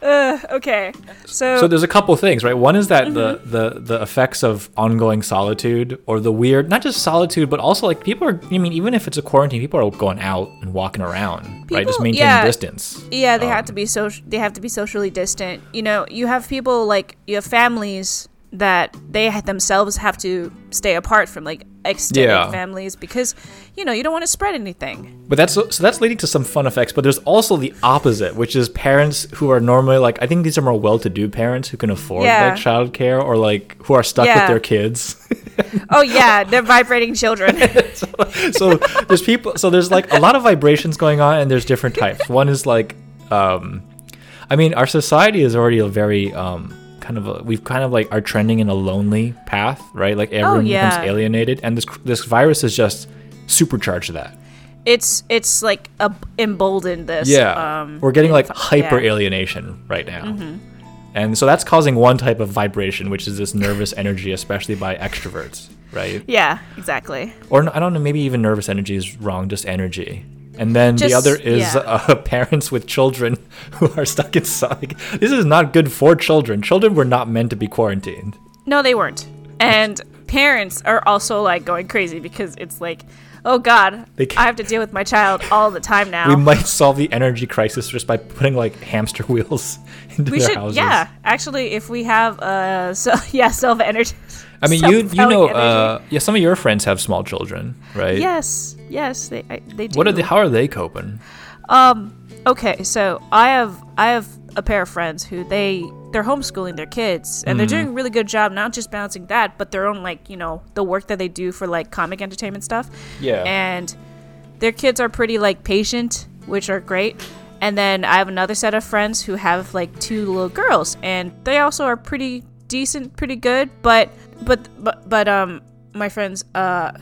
Speaker 2: Uh, okay. So,
Speaker 1: so there's a couple things, right? One is that
Speaker 2: Mm-hmm.
Speaker 1: the, the the effects of ongoing solitude or the weird, not just solitude, but also like people are. I mean, even if it's a quarantine, people are going out and walking around, right? Just
Speaker 2: People-
Speaker 1: maintaining
Speaker 2: yeah.
Speaker 1: distance.
Speaker 2: yeah, they have to be social. They have to be socially distant. You know, you have people like you have families that they ha- themselves have to stay apart from like extended
Speaker 1: Yeah.
Speaker 2: families because you know you don't want to spread anything.
Speaker 1: But that's so that's leading to some fun effects. But there's also the opposite, which is parents who are normally like I think these are more well-to-do parents who can afford
Speaker 2: Yeah.
Speaker 1: like childcare or like who are stuck
Speaker 2: Yeah.
Speaker 1: with their kids.
Speaker 2: Oh yeah, they're vibrating children.
Speaker 1: so there's people. So there's like a lot of vibrations going on, and there's different types. One is like, um, I mean, our society is already a very um, kind of a, we've kind of like are trending in a lonely path, right? Like everyone
Speaker 2: Oh, yeah.
Speaker 1: becomes alienated, and this this virus is just supercharged that.
Speaker 2: it's it's like a, emboldened this.
Speaker 1: Yeah.
Speaker 2: um,
Speaker 1: We're getting like
Speaker 2: it's- yeah. Mm-hmm.
Speaker 1: hyper alienation right now. And so that's causing one type of vibration, which is this nervous energy, especially by extroverts, right?
Speaker 2: Yeah, exactly.
Speaker 1: Or n- I don't know, maybe even nervous energy is wrong, just energy. And then the
Speaker 2: Just-
Speaker 1: other is
Speaker 2: yeah.
Speaker 1: uh, parents with children who are stuck inside. This is not good for children. Children were not meant to be quarantined.
Speaker 2: No, they weren't. And parents are also like going crazy because it's like, oh God,
Speaker 1: They can't-
Speaker 2: I have to deal with my child all the time now.
Speaker 1: We might solve the energy crisis just by putting like hamster wheels into
Speaker 2: We
Speaker 1: their
Speaker 2: should,
Speaker 1: houses.
Speaker 2: yeah. Actually, if we have, uh, so yeah, self energy.
Speaker 1: I mean, you you know, uh, yeah, some of your friends have small children, right?
Speaker 2: yes, yes, they I, they do.
Speaker 1: What are they? How are they coping?
Speaker 2: Um, Okay, so I have I have a pair of friends who they they're homeschooling their kids and they're doing a really good job not just balancing that but their own like you know the work that they do for like comic entertainment stuff.
Speaker 1: Yeah.
Speaker 2: And their kids are pretty like patient, which are great. And then I have another set of friends who have like two little girls and they also are pretty decent, pretty good, but but but, but um my friends uh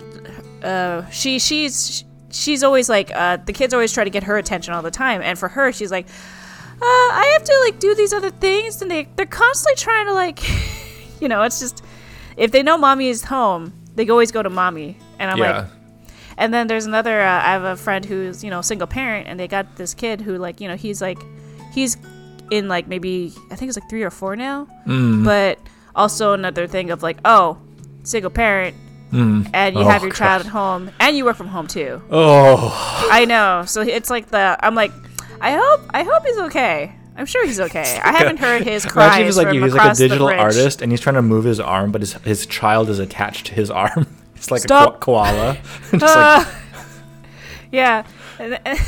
Speaker 2: uh, she she's she's always like uh, the kids always try to get her attention all the time and for her she's like uh, i have to like do these other things and they, they're constantly trying to like you know it's just if they know mommy is home they always go to mommy and i'm like and then there's another. Uh, I have a friend who's you know single parent, and they got this kid who like you know he's like he's in like maybe I think it's like three or four now.
Speaker 1: Mm.
Speaker 2: But also another thing of like oh single parent, and you
Speaker 1: Oh,
Speaker 2: have your
Speaker 1: God.
Speaker 2: child at home, and you work from home too.
Speaker 1: oh,
Speaker 2: I know. So it's like the I'm like I hope I hope he's okay. I'm sure he's okay. I haven't heard his cries
Speaker 1: imagine if he's like
Speaker 2: from
Speaker 1: you. He's like a
Speaker 2: across
Speaker 1: digital
Speaker 2: the bridge.
Speaker 1: artist, and he's trying to move his arm, but his his child is attached to his arm. It's like a ko-
Speaker 2: Stop.
Speaker 1: koala. Just
Speaker 2: Uh,
Speaker 1: like,
Speaker 2: yeah. And- and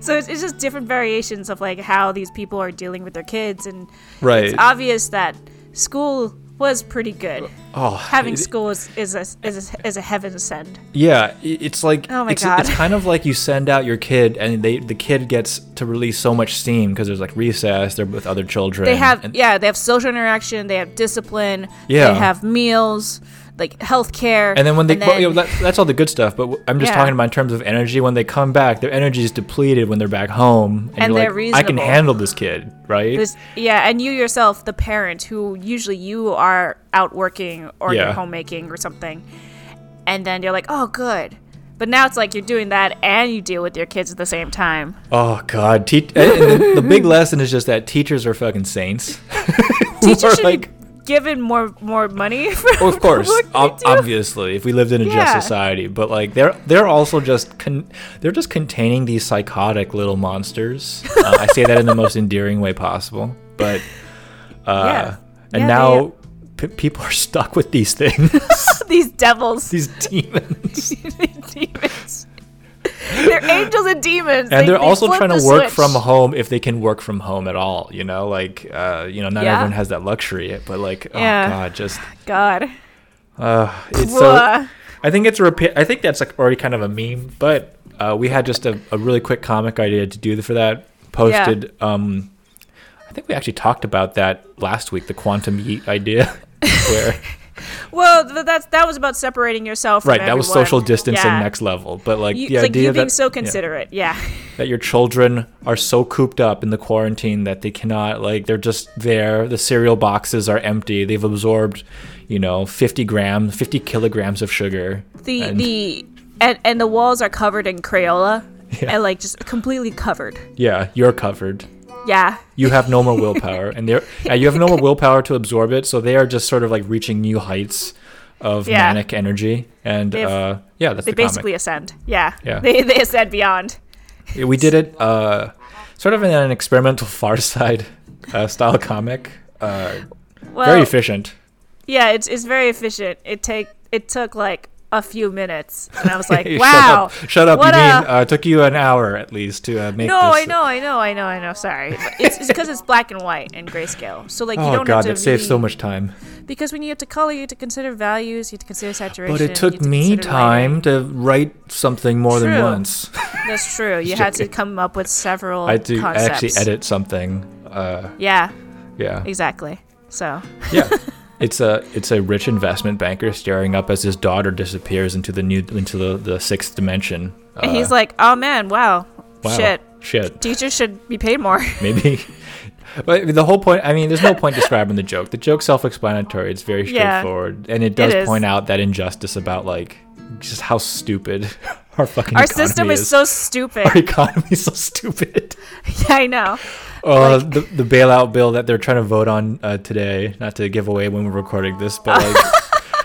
Speaker 2: so it's, it's just different variations of like how these people are dealing with their kids, and
Speaker 1: right.
Speaker 2: it's obvious that school was pretty good.
Speaker 1: oh,
Speaker 2: Having
Speaker 1: it-
Speaker 2: school is is a, is a, is a heaven send.
Speaker 1: Yeah, i- it's like
Speaker 2: Oh my
Speaker 1: it's,
Speaker 2: God.
Speaker 1: it's kind of like you send out your kid, and they the kid gets to release so much steam because there's like recess, they're with other children.
Speaker 2: They have
Speaker 1: and-
Speaker 2: yeah, they have social interaction, they have discipline,
Speaker 1: Yeah.
Speaker 2: they have meals, like health care.
Speaker 1: And then when they, well, you know, that, that's all the good stuff. But w- I'm just
Speaker 2: Yeah.
Speaker 1: talking about in terms of energy. When they come back, their energy is depleted when they're back home, and,
Speaker 2: And
Speaker 1: you're
Speaker 2: they're
Speaker 1: like, I can
Speaker 2: reasonable.
Speaker 1: handle this kid, right?
Speaker 2: This- yeah, and you yourself, the parent, who usually you are out working or
Speaker 1: Yeah.
Speaker 2: you're homemaking or something, and then you're like, oh, good. But now it's like you're doing that and you deal with your kids at the same time.
Speaker 1: Oh God! Te- and the, the big lesson is just that teachers are fucking saints.
Speaker 2: Teachers
Speaker 1: We're
Speaker 2: should
Speaker 1: like,
Speaker 2: be given more more money.
Speaker 1: Well, Oh, of course,
Speaker 2: Look, they
Speaker 1: ob-
Speaker 2: do.
Speaker 1: obviously, if we lived in a
Speaker 2: Yeah.
Speaker 1: just society, but like they're they're also just con- they're just containing these psychotic little monsters. Uh, I say that in the most endearing way possible, but uh,
Speaker 2: Yeah.
Speaker 1: and
Speaker 2: Yeah,
Speaker 1: now p- people are stuck with these things,
Speaker 2: These devils,
Speaker 1: these demons,
Speaker 2: demons. they're angels and demons.
Speaker 1: and
Speaker 2: They-
Speaker 1: they're
Speaker 2: they
Speaker 1: also
Speaker 2: flip
Speaker 1: trying to
Speaker 2: the
Speaker 1: work
Speaker 2: switch.
Speaker 1: from home if they can work from home at all. You know, like uh, you know, not
Speaker 2: Yeah.
Speaker 1: everyone has that luxury, but like, oh
Speaker 2: Yeah.
Speaker 1: god, just
Speaker 2: God.
Speaker 1: uh, it's so.
Speaker 2: Blah.
Speaker 1: I think it's a repeat. I think that's like already kind of a meme, but uh, we had just a, a really quick comic idea to do for that. Posted. Um, I think we actually talked about that last week. The quantum yeet idea, where
Speaker 2: Well, th- that's that was about separating yourself. From
Speaker 1: right that was
Speaker 2: everyone.
Speaker 1: social distancing
Speaker 2: Yeah.
Speaker 1: next level. But like
Speaker 2: You,
Speaker 1: the
Speaker 2: like
Speaker 1: idea
Speaker 2: you being
Speaker 1: that
Speaker 2: so
Speaker 1: yeah,
Speaker 2: considerate. Yeah.
Speaker 1: that your children are so cooped up in the quarantine that they cannot like they're just there. The cereal boxes are empty. They've absorbed, you know, fifty grams, fifty kilograms of sugar.
Speaker 2: The
Speaker 1: and-
Speaker 2: the and and the walls are covered in Crayola
Speaker 1: Yeah.
Speaker 2: and like just completely covered.
Speaker 1: yeah, you're covered.
Speaker 2: Yeah.
Speaker 1: you have no more willpower and they're uh, you have no more willpower to absorb it so they are just sort of like reaching new heights of
Speaker 2: Yeah.
Speaker 1: manic energy and
Speaker 2: They've-
Speaker 1: uh yeah that's
Speaker 2: They
Speaker 1: the
Speaker 2: basically ascend. Yeah.
Speaker 1: Yeah.
Speaker 2: They they ascend beyond.
Speaker 1: comic we did it uh sort of in an experimental far side uh, style comic uh
Speaker 2: Well,
Speaker 1: very efficient
Speaker 2: yeah, it's it's very efficient. It take it took like a few minutes, and I was like,
Speaker 1: Hey,
Speaker 2: wow.
Speaker 1: shut up, shut up. you
Speaker 2: what
Speaker 1: mean
Speaker 2: a-
Speaker 1: uh, it took you an hour at least to uh, make
Speaker 2: No,
Speaker 1: this
Speaker 2: I know, I know, I know, I know. Sorry, But it's because it's black and white and grayscale. So like you
Speaker 1: oh
Speaker 2: don't have
Speaker 1: god
Speaker 2: to
Speaker 1: that saves so
Speaker 2: really-
Speaker 1: much time
Speaker 2: because when you have to color, you have to consider values, you have to consider saturation.
Speaker 1: but it
Speaker 2: you
Speaker 1: took
Speaker 2: have to
Speaker 1: me
Speaker 2: consider
Speaker 1: time
Speaker 2: lighting.
Speaker 1: to write something more than
Speaker 2: True.
Speaker 1: once
Speaker 2: That's true. You had to
Speaker 1: joking.
Speaker 2: come up with several.
Speaker 1: i do i
Speaker 2: concepts.
Speaker 1: actually edit something uh
Speaker 2: Yeah,
Speaker 1: yeah
Speaker 2: exactly. So
Speaker 1: yeah it's a it's a rich investment banker staring up as his daughter disappears into the new into the, the sixth dimension uh,
Speaker 2: and he's like, "Oh man, wow,
Speaker 1: wow,
Speaker 2: shit,
Speaker 1: shit
Speaker 2: teachers should be paid more."
Speaker 1: maybe but the whole point i mean there's no point describing the joke the joke's self-explanatory it's very
Speaker 2: Yeah.
Speaker 1: straightforward and it does
Speaker 2: is.
Speaker 1: point out that injustice about like just how stupid our fucking
Speaker 2: Our
Speaker 1: economy
Speaker 2: system is, so stupid.
Speaker 1: our economy is so stupid
Speaker 2: yeah, I know.
Speaker 1: Uh, the, the bailout bill that they're trying to vote on uh, today, not to give away when we're recording this, but like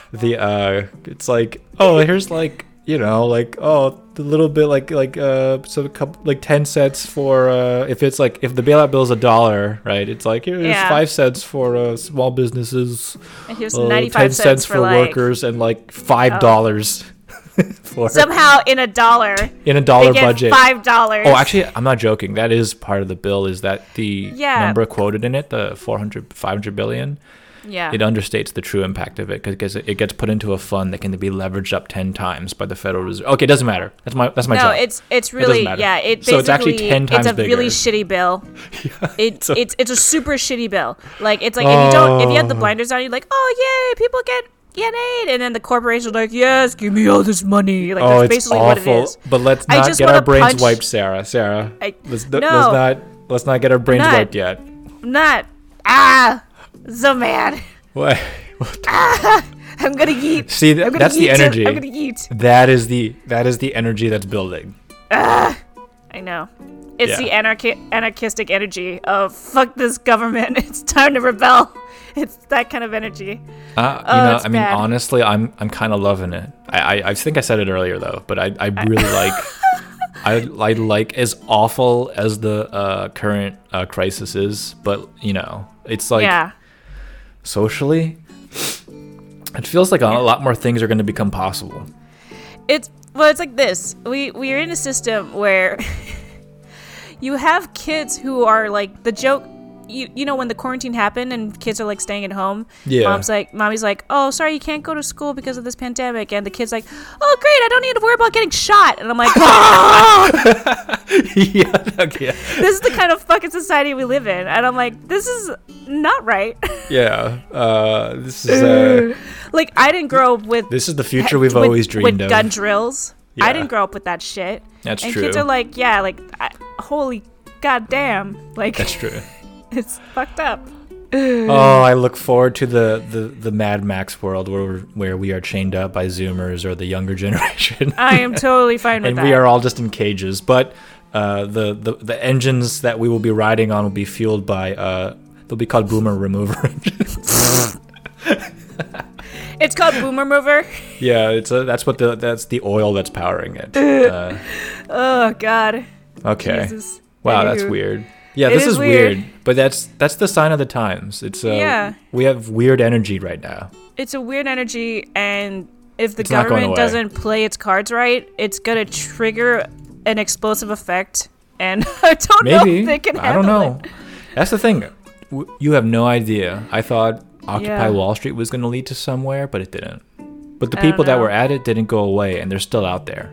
Speaker 1: the uh, it's like oh here's like you know like oh the little bit like like uh so a couple like ten cents for uh if it's like if the bailout bill is a dollar right it's like here's
Speaker 2: Yeah.
Speaker 1: five cents for uh, small businesses,
Speaker 2: And here's
Speaker 1: uh, ten
Speaker 2: 95
Speaker 1: cents,
Speaker 2: cents
Speaker 1: for
Speaker 2: like, oh.
Speaker 1: workers, and like five dollars for
Speaker 2: Somehow in a dollar,
Speaker 1: in a
Speaker 2: they
Speaker 1: dollar
Speaker 2: get
Speaker 1: budget.
Speaker 2: five dollars.
Speaker 1: Oh, actually, I'm not joking. That is part of the bill. Is that the
Speaker 2: Yeah.
Speaker 1: number quoted in it, the 400, 500 billion?
Speaker 2: yeah,
Speaker 1: It understates the true impact of it because it gets put into a fund that can be leveraged up ten times by the Federal Reserve. Okay, it doesn't matter. That's my that's my
Speaker 2: no,
Speaker 1: job.
Speaker 2: it's it's
Speaker 1: doesn't
Speaker 2: really
Speaker 1: matter.
Speaker 2: yeah. It
Speaker 1: So it's actually
Speaker 2: basically-
Speaker 1: 10 times
Speaker 2: it's a really
Speaker 1: bigger.
Speaker 2: shitty bill. It, it's it's a super shitty bill. Like it's like if you don't if you have the blinders on, you're like, oh yay, people get get aid, and then the corporation's like, yes, give me all this money. Like
Speaker 1: oh,
Speaker 2: that's
Speaker 1: it's
Speaker 2: basically
Speaker 1: awful.
Speaker 2: what it is.
Speaker 1: But let's
Speaker 2: I
Speaker 1: not
Speaker 2: just
Speaker 1: get our
Speaker 2: wanna
Speaker 1: brains
Speaker 2: punch-
Speaker 1: wiped, Sarah. Sarah,
Speaker 2: I-
Speaker 1: let's,
Speaker 2: no.
Speaker 1: let's not let's not get our brains
Speaker 2: not.
Speaker 1: wiped yet.
Speaker 2: I'm not ah so mad.
Speaker 1: What?
Speaker 2: I'm gonna eat.
Speaker 1: See, th-
Speaker 2: I'm gonna
Speaker 1: that's the
Speaker 2: yeet it.
Speaker 1: energy.
Speaker 2: I'm gonna eat.
Speaker 1: That is the that is the energy that's building.
Speaker 2: I know. It's
Speaker 1: Yeah.
Speaker 2: the anarchi- anarchistic energy of fuck this government. It's time to rebel. It's that kind of energy.
Speaker 1: Uh, you
Speaker 2: Oh,
Speaker 1: know,
Speaker 2: it's
Speaker 1: I mean,
Speaker 2: bad.
Speaker 1: honestly, I'm I'm kind of loving it. I, I I think I said it earlier though, but I I really like. I, I like as awful as the uh, current uh, crisis is, but you know, it's like
Speaker 2: yeah.
Speaker 1: socially, it feels like a lot more things are going to become possible.
Speaker 2: it's well it's like this we we're in a system where you have kids who are like the joke you, you know when the quarantine happened and kids are like staying at home
Speaker 1: Yeah.
Speaker 2: mom's like mommy's like oh sorry you can't go to school because of this pandemic and the kid's like oh great i don't need to worry about getting shot and i'm like "Ah!"
Speaker 1: yeah, okay.
Speaker 2: this is the kind of fucking society we live in and i'm like this is not right
Speaker 1: yeah. Uh, this is uh,
Speaker 2: like i didn't grow up with
Speaker 1: this is the future we've
Speaker 2: with-
Speaker 1: always dreamed
Speaker 2: with
Speaker 1: of.
Speaker 2: gun drills.
Speaker 1: Yeah.
Speaker 2: I didn't grow up with that shit.
Speaker 1: That's
Speaker 2: and
Speaker 1: true.
Speaker 2: kids are like, yeah, like, I, holy goddamn, like
Speaker 1: That's true.
Speaker 2: it's fucked up.
Speaker 1: Oh, I look forward to the, the, the Mad Max world where we're, where we are chained up by Zoomers or the younger generation,
Speaker 2: I am totally fine with
Speaker 1: and
Speaker 2: that.
Speaker 1: we are all just in cages. But uh, the, the the engines that we will be riding on will be fueled by uh, they'll be called boomer remover engines.
Speaker 2: it's called Boomer Mover.
Speaker 1: yeah, it's a, that's what the that's the oil that's powering it. Uh,
Speaker 2: Oh God.
Speaker 1: okay.
Speaker 2: Jesus.
Speaker 1: Wow, that's
Speaker 2: Anywho.
Speaker 1: weird. Yeah,
Speaker 2: It
Speaker 1: this
Speaker 2: is
Speaker 1: is weird.
Speaker 2: weird.
Speaker 1: but that's that's the sign of the times. It's uh,
Speaker 2: Yeah.
Speaker 1: we have weird energy right now.
Speaker 2: It's a weird energy, and if the
Speaker 1: It's not going
Speaker 2: government
Speaker 1: away.
Speaker 2: doesn't play its cards right, it's gonna trigger an explosive effect. And I don't know
Speaker 1: Maybe
Speaker 2: if they can
Speaker 1: I don't
Speaker 2: handle
Speaker 1: know.
Speaker 2: it.
Speaker 1: That's the thing. W- You have no idea. I thought Occupy
Speaker 2: Yeah.
Speaker 1: Wall Street was going to lead to somewhere, but it didn't. But the
Speaker 2: I don't
Speaker 1: people that
Speaker 2: know.
Speaker 1: were at it didn't go away, and they're still out there.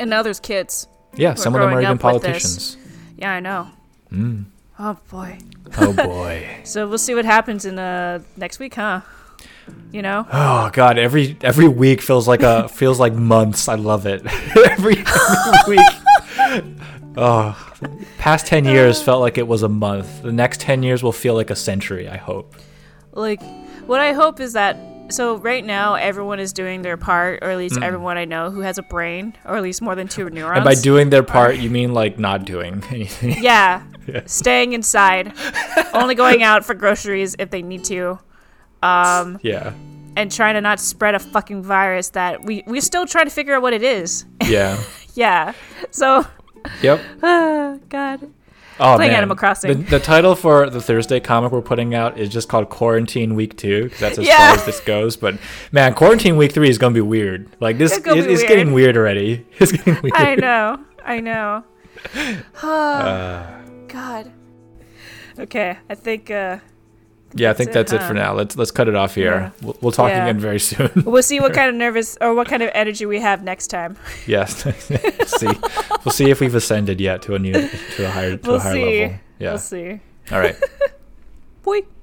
Speaker 2: And now there's kids.
Speaker 1: Yeah, some of them are
Speaker 2: growing
Speaker 1: even
Speaker 2: up with this.
Speaker 1: politicians.
Speaker 2: Yeah, I know.
Speaker 1: Hmm.
Speaker 2: Oh boy.
Speaker 1: Oh boy.
Speaker 2: So we'll see what happens in uh next week, huh? You know.
Speaker 1: Oh god, every every week feels like a feels like months. I love it. every, every week. Oh, past
Speaker 2: Uh.
Speaker 1: 10 years felt like it was a month. The next 10 years will feel like a century, I hope.
Speaker 2: like what i hope is that so right now everyone is doing their part or at least everyone i know who has a brain or at least more than two neurons
Speaker 1: Mm. And by doing their part, you mean like not doing anything.
Speaker 2: yeah, staying inside only going out for groceries if they need to um,
Speaker 1: yeah.
Speaker 2: and trying to not spread a fucking virus that we we're still trying to figure out what it is
Speaker 1: Yeah.
Speaker 2: yeah so
Speaker 1: Yep.
Speaker 2: ah, god
Speaker 1: Oh,
Speaker 2: Playing
Speaker 1: man.
Speaker 2: Animal Crossing.
Speaker 1: The, the title for the Thursday comic we're putting out is just called Quarantine Week 2, because that's as
Speaker 2: Yeah.
Speaker 1: far as this goes. But man, Quarantine Week 3 is going to be weird. Like, this
Speaker 2: It's gonna
Speaker 1: it-
Speaker 2: be
Speaker 1: it's
Speaker 2: weird.
Speaker 1: getting weird already. It's getting weird.
Speaker 2: i know i know
Speaker 1: Uh.
Speaker 2: god okay i think uh
Speaker 1: yeah, I think
Speaker 2: That's
Speaker 1: that's
Speaker 2: it,
Speaker 1: it for now. Let's let's cut it off here. We'll, we'll talk
Speaker 2: uh-huh. Yeah.
Speaker 1: again very soon.
Speaker 2: We'll see what kind of nervous or what kind of energy we have next time.
Speaker 1: yes. see. We'll see if we've ascended yet to a new to a higher to
Speaker 2: We'll
Speaker 1: a higher
Speaker 2: see.
Speaker 1: level. Yeah.
Speaker 2: We'll see.
Speaker 1: All right.
Speaker 2: Boy.